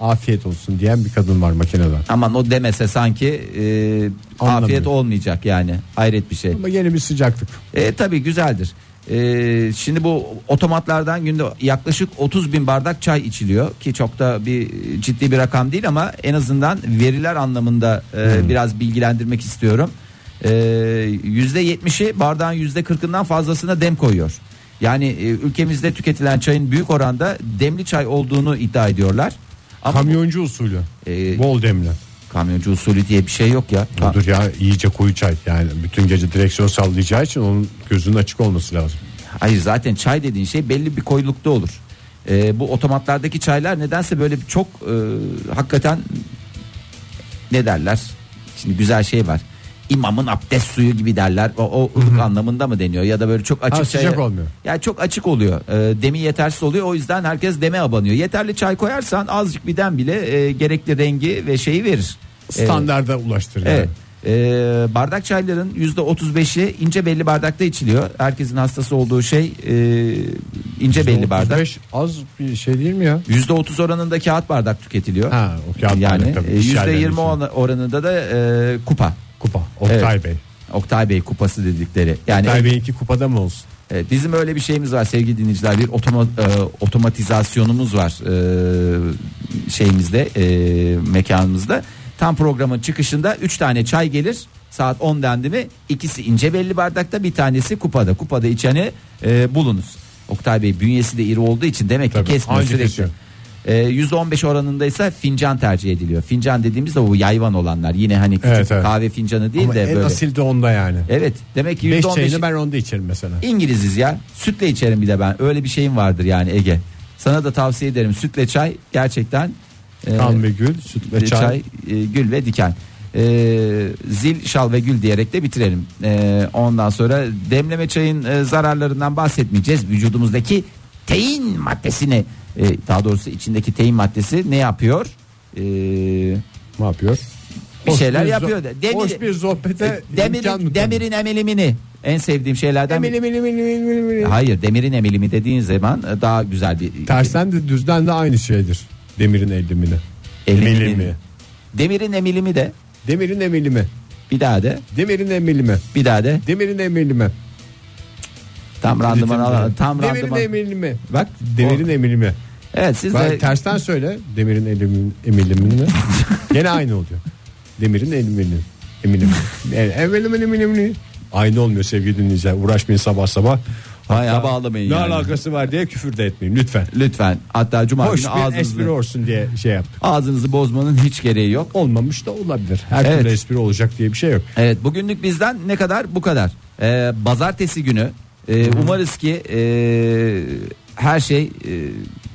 Speaker 2: Afiyet olsun diyen bir kadın var makineden.
Speaker 3: Aman o demese sanki e,
Speaker 2: Anlamıyor.
Speaker 3: afiyet olmayacak yani hayret bir şey.
Speaker 2: Ama yeni bir sıcaklık.
Speaker 3: E, tabii güzeldir. E, şimdi bu otomatlardan günde yaklaşık 30 bin bardak çay içiliyor ki çok da bir ciddi bir rakam değil ama en azından veriler anlamında e, biraz bilgilendirmek istiyorum. E, %70'i bardağın %40'ından fazlasına dem koyuyor. Yani e, ülkemizde tüketilen çayın büyük oranda demli çay olduğunu iddia ediyorlar. Ama
Speaker 2: Kamyoncu usulü.
Speaker 3: Ee,
Speaker 2: Bol demli.
Speaker 3: kamyoncu usulü diye bir şey yok ya. Ka-
Speaker 2: Odur ya iyice koyu çay. Yani bütün gece direksiyon sallayacağı için onun gözünün açık olması lazım.
Speaker 3: Hayır zaten çay dediğin şey belli bir koyulukta olur. Ee, bu otomatlardaki çaylar nedense böyle bir çok e, hakikaten ne derler? Şimdi güzel şey var. İmamın abdest suyu gibi derler. O, o ılık anlamında mı deniyor ya da böyle çok açık
Speaker 2: Ha,
Speaker 3: çaya-
Speaker 2: sıcak olmuyor.
Speaker 3: Ya çok açık oluyor. Ee, demi yetersiz oluyor. O yüzden herkes deme abanıyor. Yeterli çay koyarsan azıcık bir dem bile e, gerekli rengi ve şeyi verir. Ee,
Speaker 2: Standarda ulaştırır. yani.
Speaker 3: Evet. Ee, bardak çayların yüzde 35'i ince belli bardakta içiliyor. Herkesin hastası olduğu şey e, ince belli bardak.
Speaker 2: 35 az bir şey değil mi ya?
Speaker 3: Yüzde 30 oranında kağıt bardak tüketiliyor.
Speaker 2: Ha, o kağıt
Speaker 3: yani
Speaker 2: bardak tabii,
Speaker 3: e,
Speaker 2: iş
Speaker 3: yüzde
Speaker 2: yerlerinde
Speaker 3: 20
Speaker 2: içiyor.
Speaker 3: oranında da e, kupa.
Speaker 2: Kupa. Oktay
Speaker 3: Evet.
Speaker 2: Bey.
Speaker 3: Oktay Bey kupası dedikleri. Yani
Speaker 2: Oktay Bey iki kupada mı olsun?
Speaker 3: e, bizim öyle bir şeyimiz var sevgili dinleyiciler. Bir otoma, e, otomatizasyonumuz var e, şeyimizde e, mekanımızda. Tam programın çıkışında 3 tane çay gelir. Saat 10 dendi mi ikisi ince belli bardakta bir tanesi kupada. Kupada içeni e, bulunuz. Oktay Bey bünyesi de iri olduğu için demek ki
Speaker 2: Tabii,
Speaker 3: kesmiyor
Speaker 2: anca
Speaker 3: sürekli.
Speaker 2: kesiyor.
Speaker 3: E, %15 oranında ise fincan tercih ediliyor. Fincan dediğimiz de o yayvan olanlar. Yine hani küçük
Speaker 2: Evet, evet.
Speaker 3: kahve fincanı değil
Speaker 2: Ama
Speaker 3: de
Speaker 2: en
Speaker 3: böyle.
Speaker 2: asil de onda yani.
Speaker 3: Evet demek ki
Speaker 2: 5
Speaker 3: %15
Speaker 2: çayını ben onda içerim mesela.
Speaker 3: İngiliziz ya. Sütle içerim bir de ben. Öyle bir şeyim vardır yani Ege. Sana da tavsiye ederim. Sütle çay gerçekten e,
Speaker 2: Kan ve gül, süt ve
Speaker 3: çay,
Speaker 2: çay.
Speaker 3: e, gül ve diken. E, zil, şal ve gül diyerek de bitirelim. E, ondan sonra demleme çayın e, zararlarından bahsetmeyeceğiz. Vücudumuzdaki tein maddesini e, daha doğrusu içindeki tein maddesi ne yapıyor? E,
Speaker 2: Ne yapıyor?
Speaker 3: bir
Speaker 2: Hoş
Speaker 3: şeyler
Speaker 2: zo-
Speaker 3: yapıyor. da. Demir-
Speaker 2: hoş bir sohbete
Speaker 3: e,
Speaker 2: imkan
Speaker 3: demirin,
Speaker 2: mı
Speaker 3: demirin emilimini en sevdiğim şeylerden biri.
Speaker 2: tanıyor? Emili, mili, mili, mili, mili.
Speaker 3: Hayır demirin emilimi dediğin zaman e, daha güzel bir
Speaker 2: Tersten de düzden de aynı şeydir. Demirin elimini.
Speaker 3: Elimini.
Speaker 2: Emilimi.
Speaker 3: Demirin emilimi de
Speaker 2: Demirin emilimi.
Speaker 3: bir daha de
Speaker 2: Demirin emilimi.
Speaker 3: bir daha de
Speaker 2: Demirin emilimi.
Speaker 3: tam randıman al tam
Speaker 2: demirin
Speaker 3: randıman.
Speaker 2: emilimi.
Speaker 3: Bak
Speaker 2: Demirin
Speaker 3: o-
Speaker 2: emilimi.
Speaker 3: Evet siz
Speaker 2: Ben
Speaker 3: de
Speaker 2: tersten söyle. Demirin elimin emilimini. Gene aynı oluyor. Demirin elimini. Eminim. E, Eminim eminim. Aynı olmuyor sevgili dinleyiciler. Uğraşmayın sabah sabah.
Speaker 3: Bayağı
Speaker 2: Hatta
Speaker 3: bağlamayın
Speaker 2: Ne
Speaker 3: yani.
Speaker 2: alakası var diye küfür de etmeyin lütfen.
Speaker 3: lütfen hatta cuma
Speaker 2: Hoş
Speaker 3: günü
Speaker 2: bir espri
Speaker 3: ağzınızı
Speaker 2: olsun diye şey yaptık.
Speaker 3: ağzınızı bozmanın hiç gereği yok.
Speaker 2: Olmamış da olabilir. Her
Speaker 3: Evet.
Speaker 2: türlü espri olacak diye bir şey yok.
Speaker 3: Evet bugünlük bizden ne kadar bu kadar. Ee, pazartesi günü e, umarız ki e, her şey e,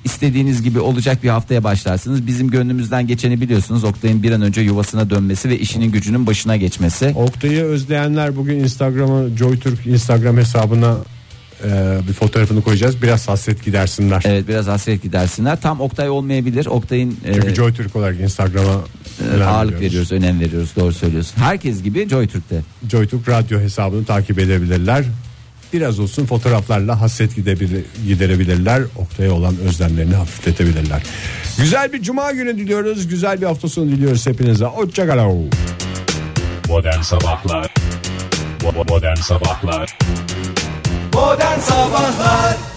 Speaker 3: istediğiniz gibi olacak bir haftaya başlarsınız. Bizim gönlümüzden geçeni biliyorsunuz. Oktay'ın bir an önce yuvasına dönmesi ve işinin gücünün başına geçmesi.
Speaker 2: Oktay'ı özleyenler bugün Instagram'a JoyTürk Instagram hesabına e, bir fotoğrafını koyacağız. Biraz hasret gidersinler.
Speaker 3: Evet biraz hasret gidersinler. Tam Oktay olmayabilir. Oktay'ın e,
Speaker 2: Çünkü JoyTürk olarak Instagram'a
Speaker 3: e,
Speaker 2: önem
Speaker 3: ağırlık
Speaker 2: veriyoruz.
Speaker 3: veriyoruz, önem veriyoruz. Doğru söylüyorsun. Herkes gibi JoyTürk'te.
Speaker 2: JoyTürk radyo hesabını takip edebilirler. Biraz olsun fotoğraflarla hasret gidebilir, giderebilirler. Oktay'a olan özlemlerini hafifletebilirler. Güzel bir cuma günü diliyoruz. Güzel bir hafta sonu diliyoruz hepinize. Hoşçakalın.
Speaker 8: Modern Sabahlar Bo- Modern Sabahlar
Speaker 3: Modern Sabahlar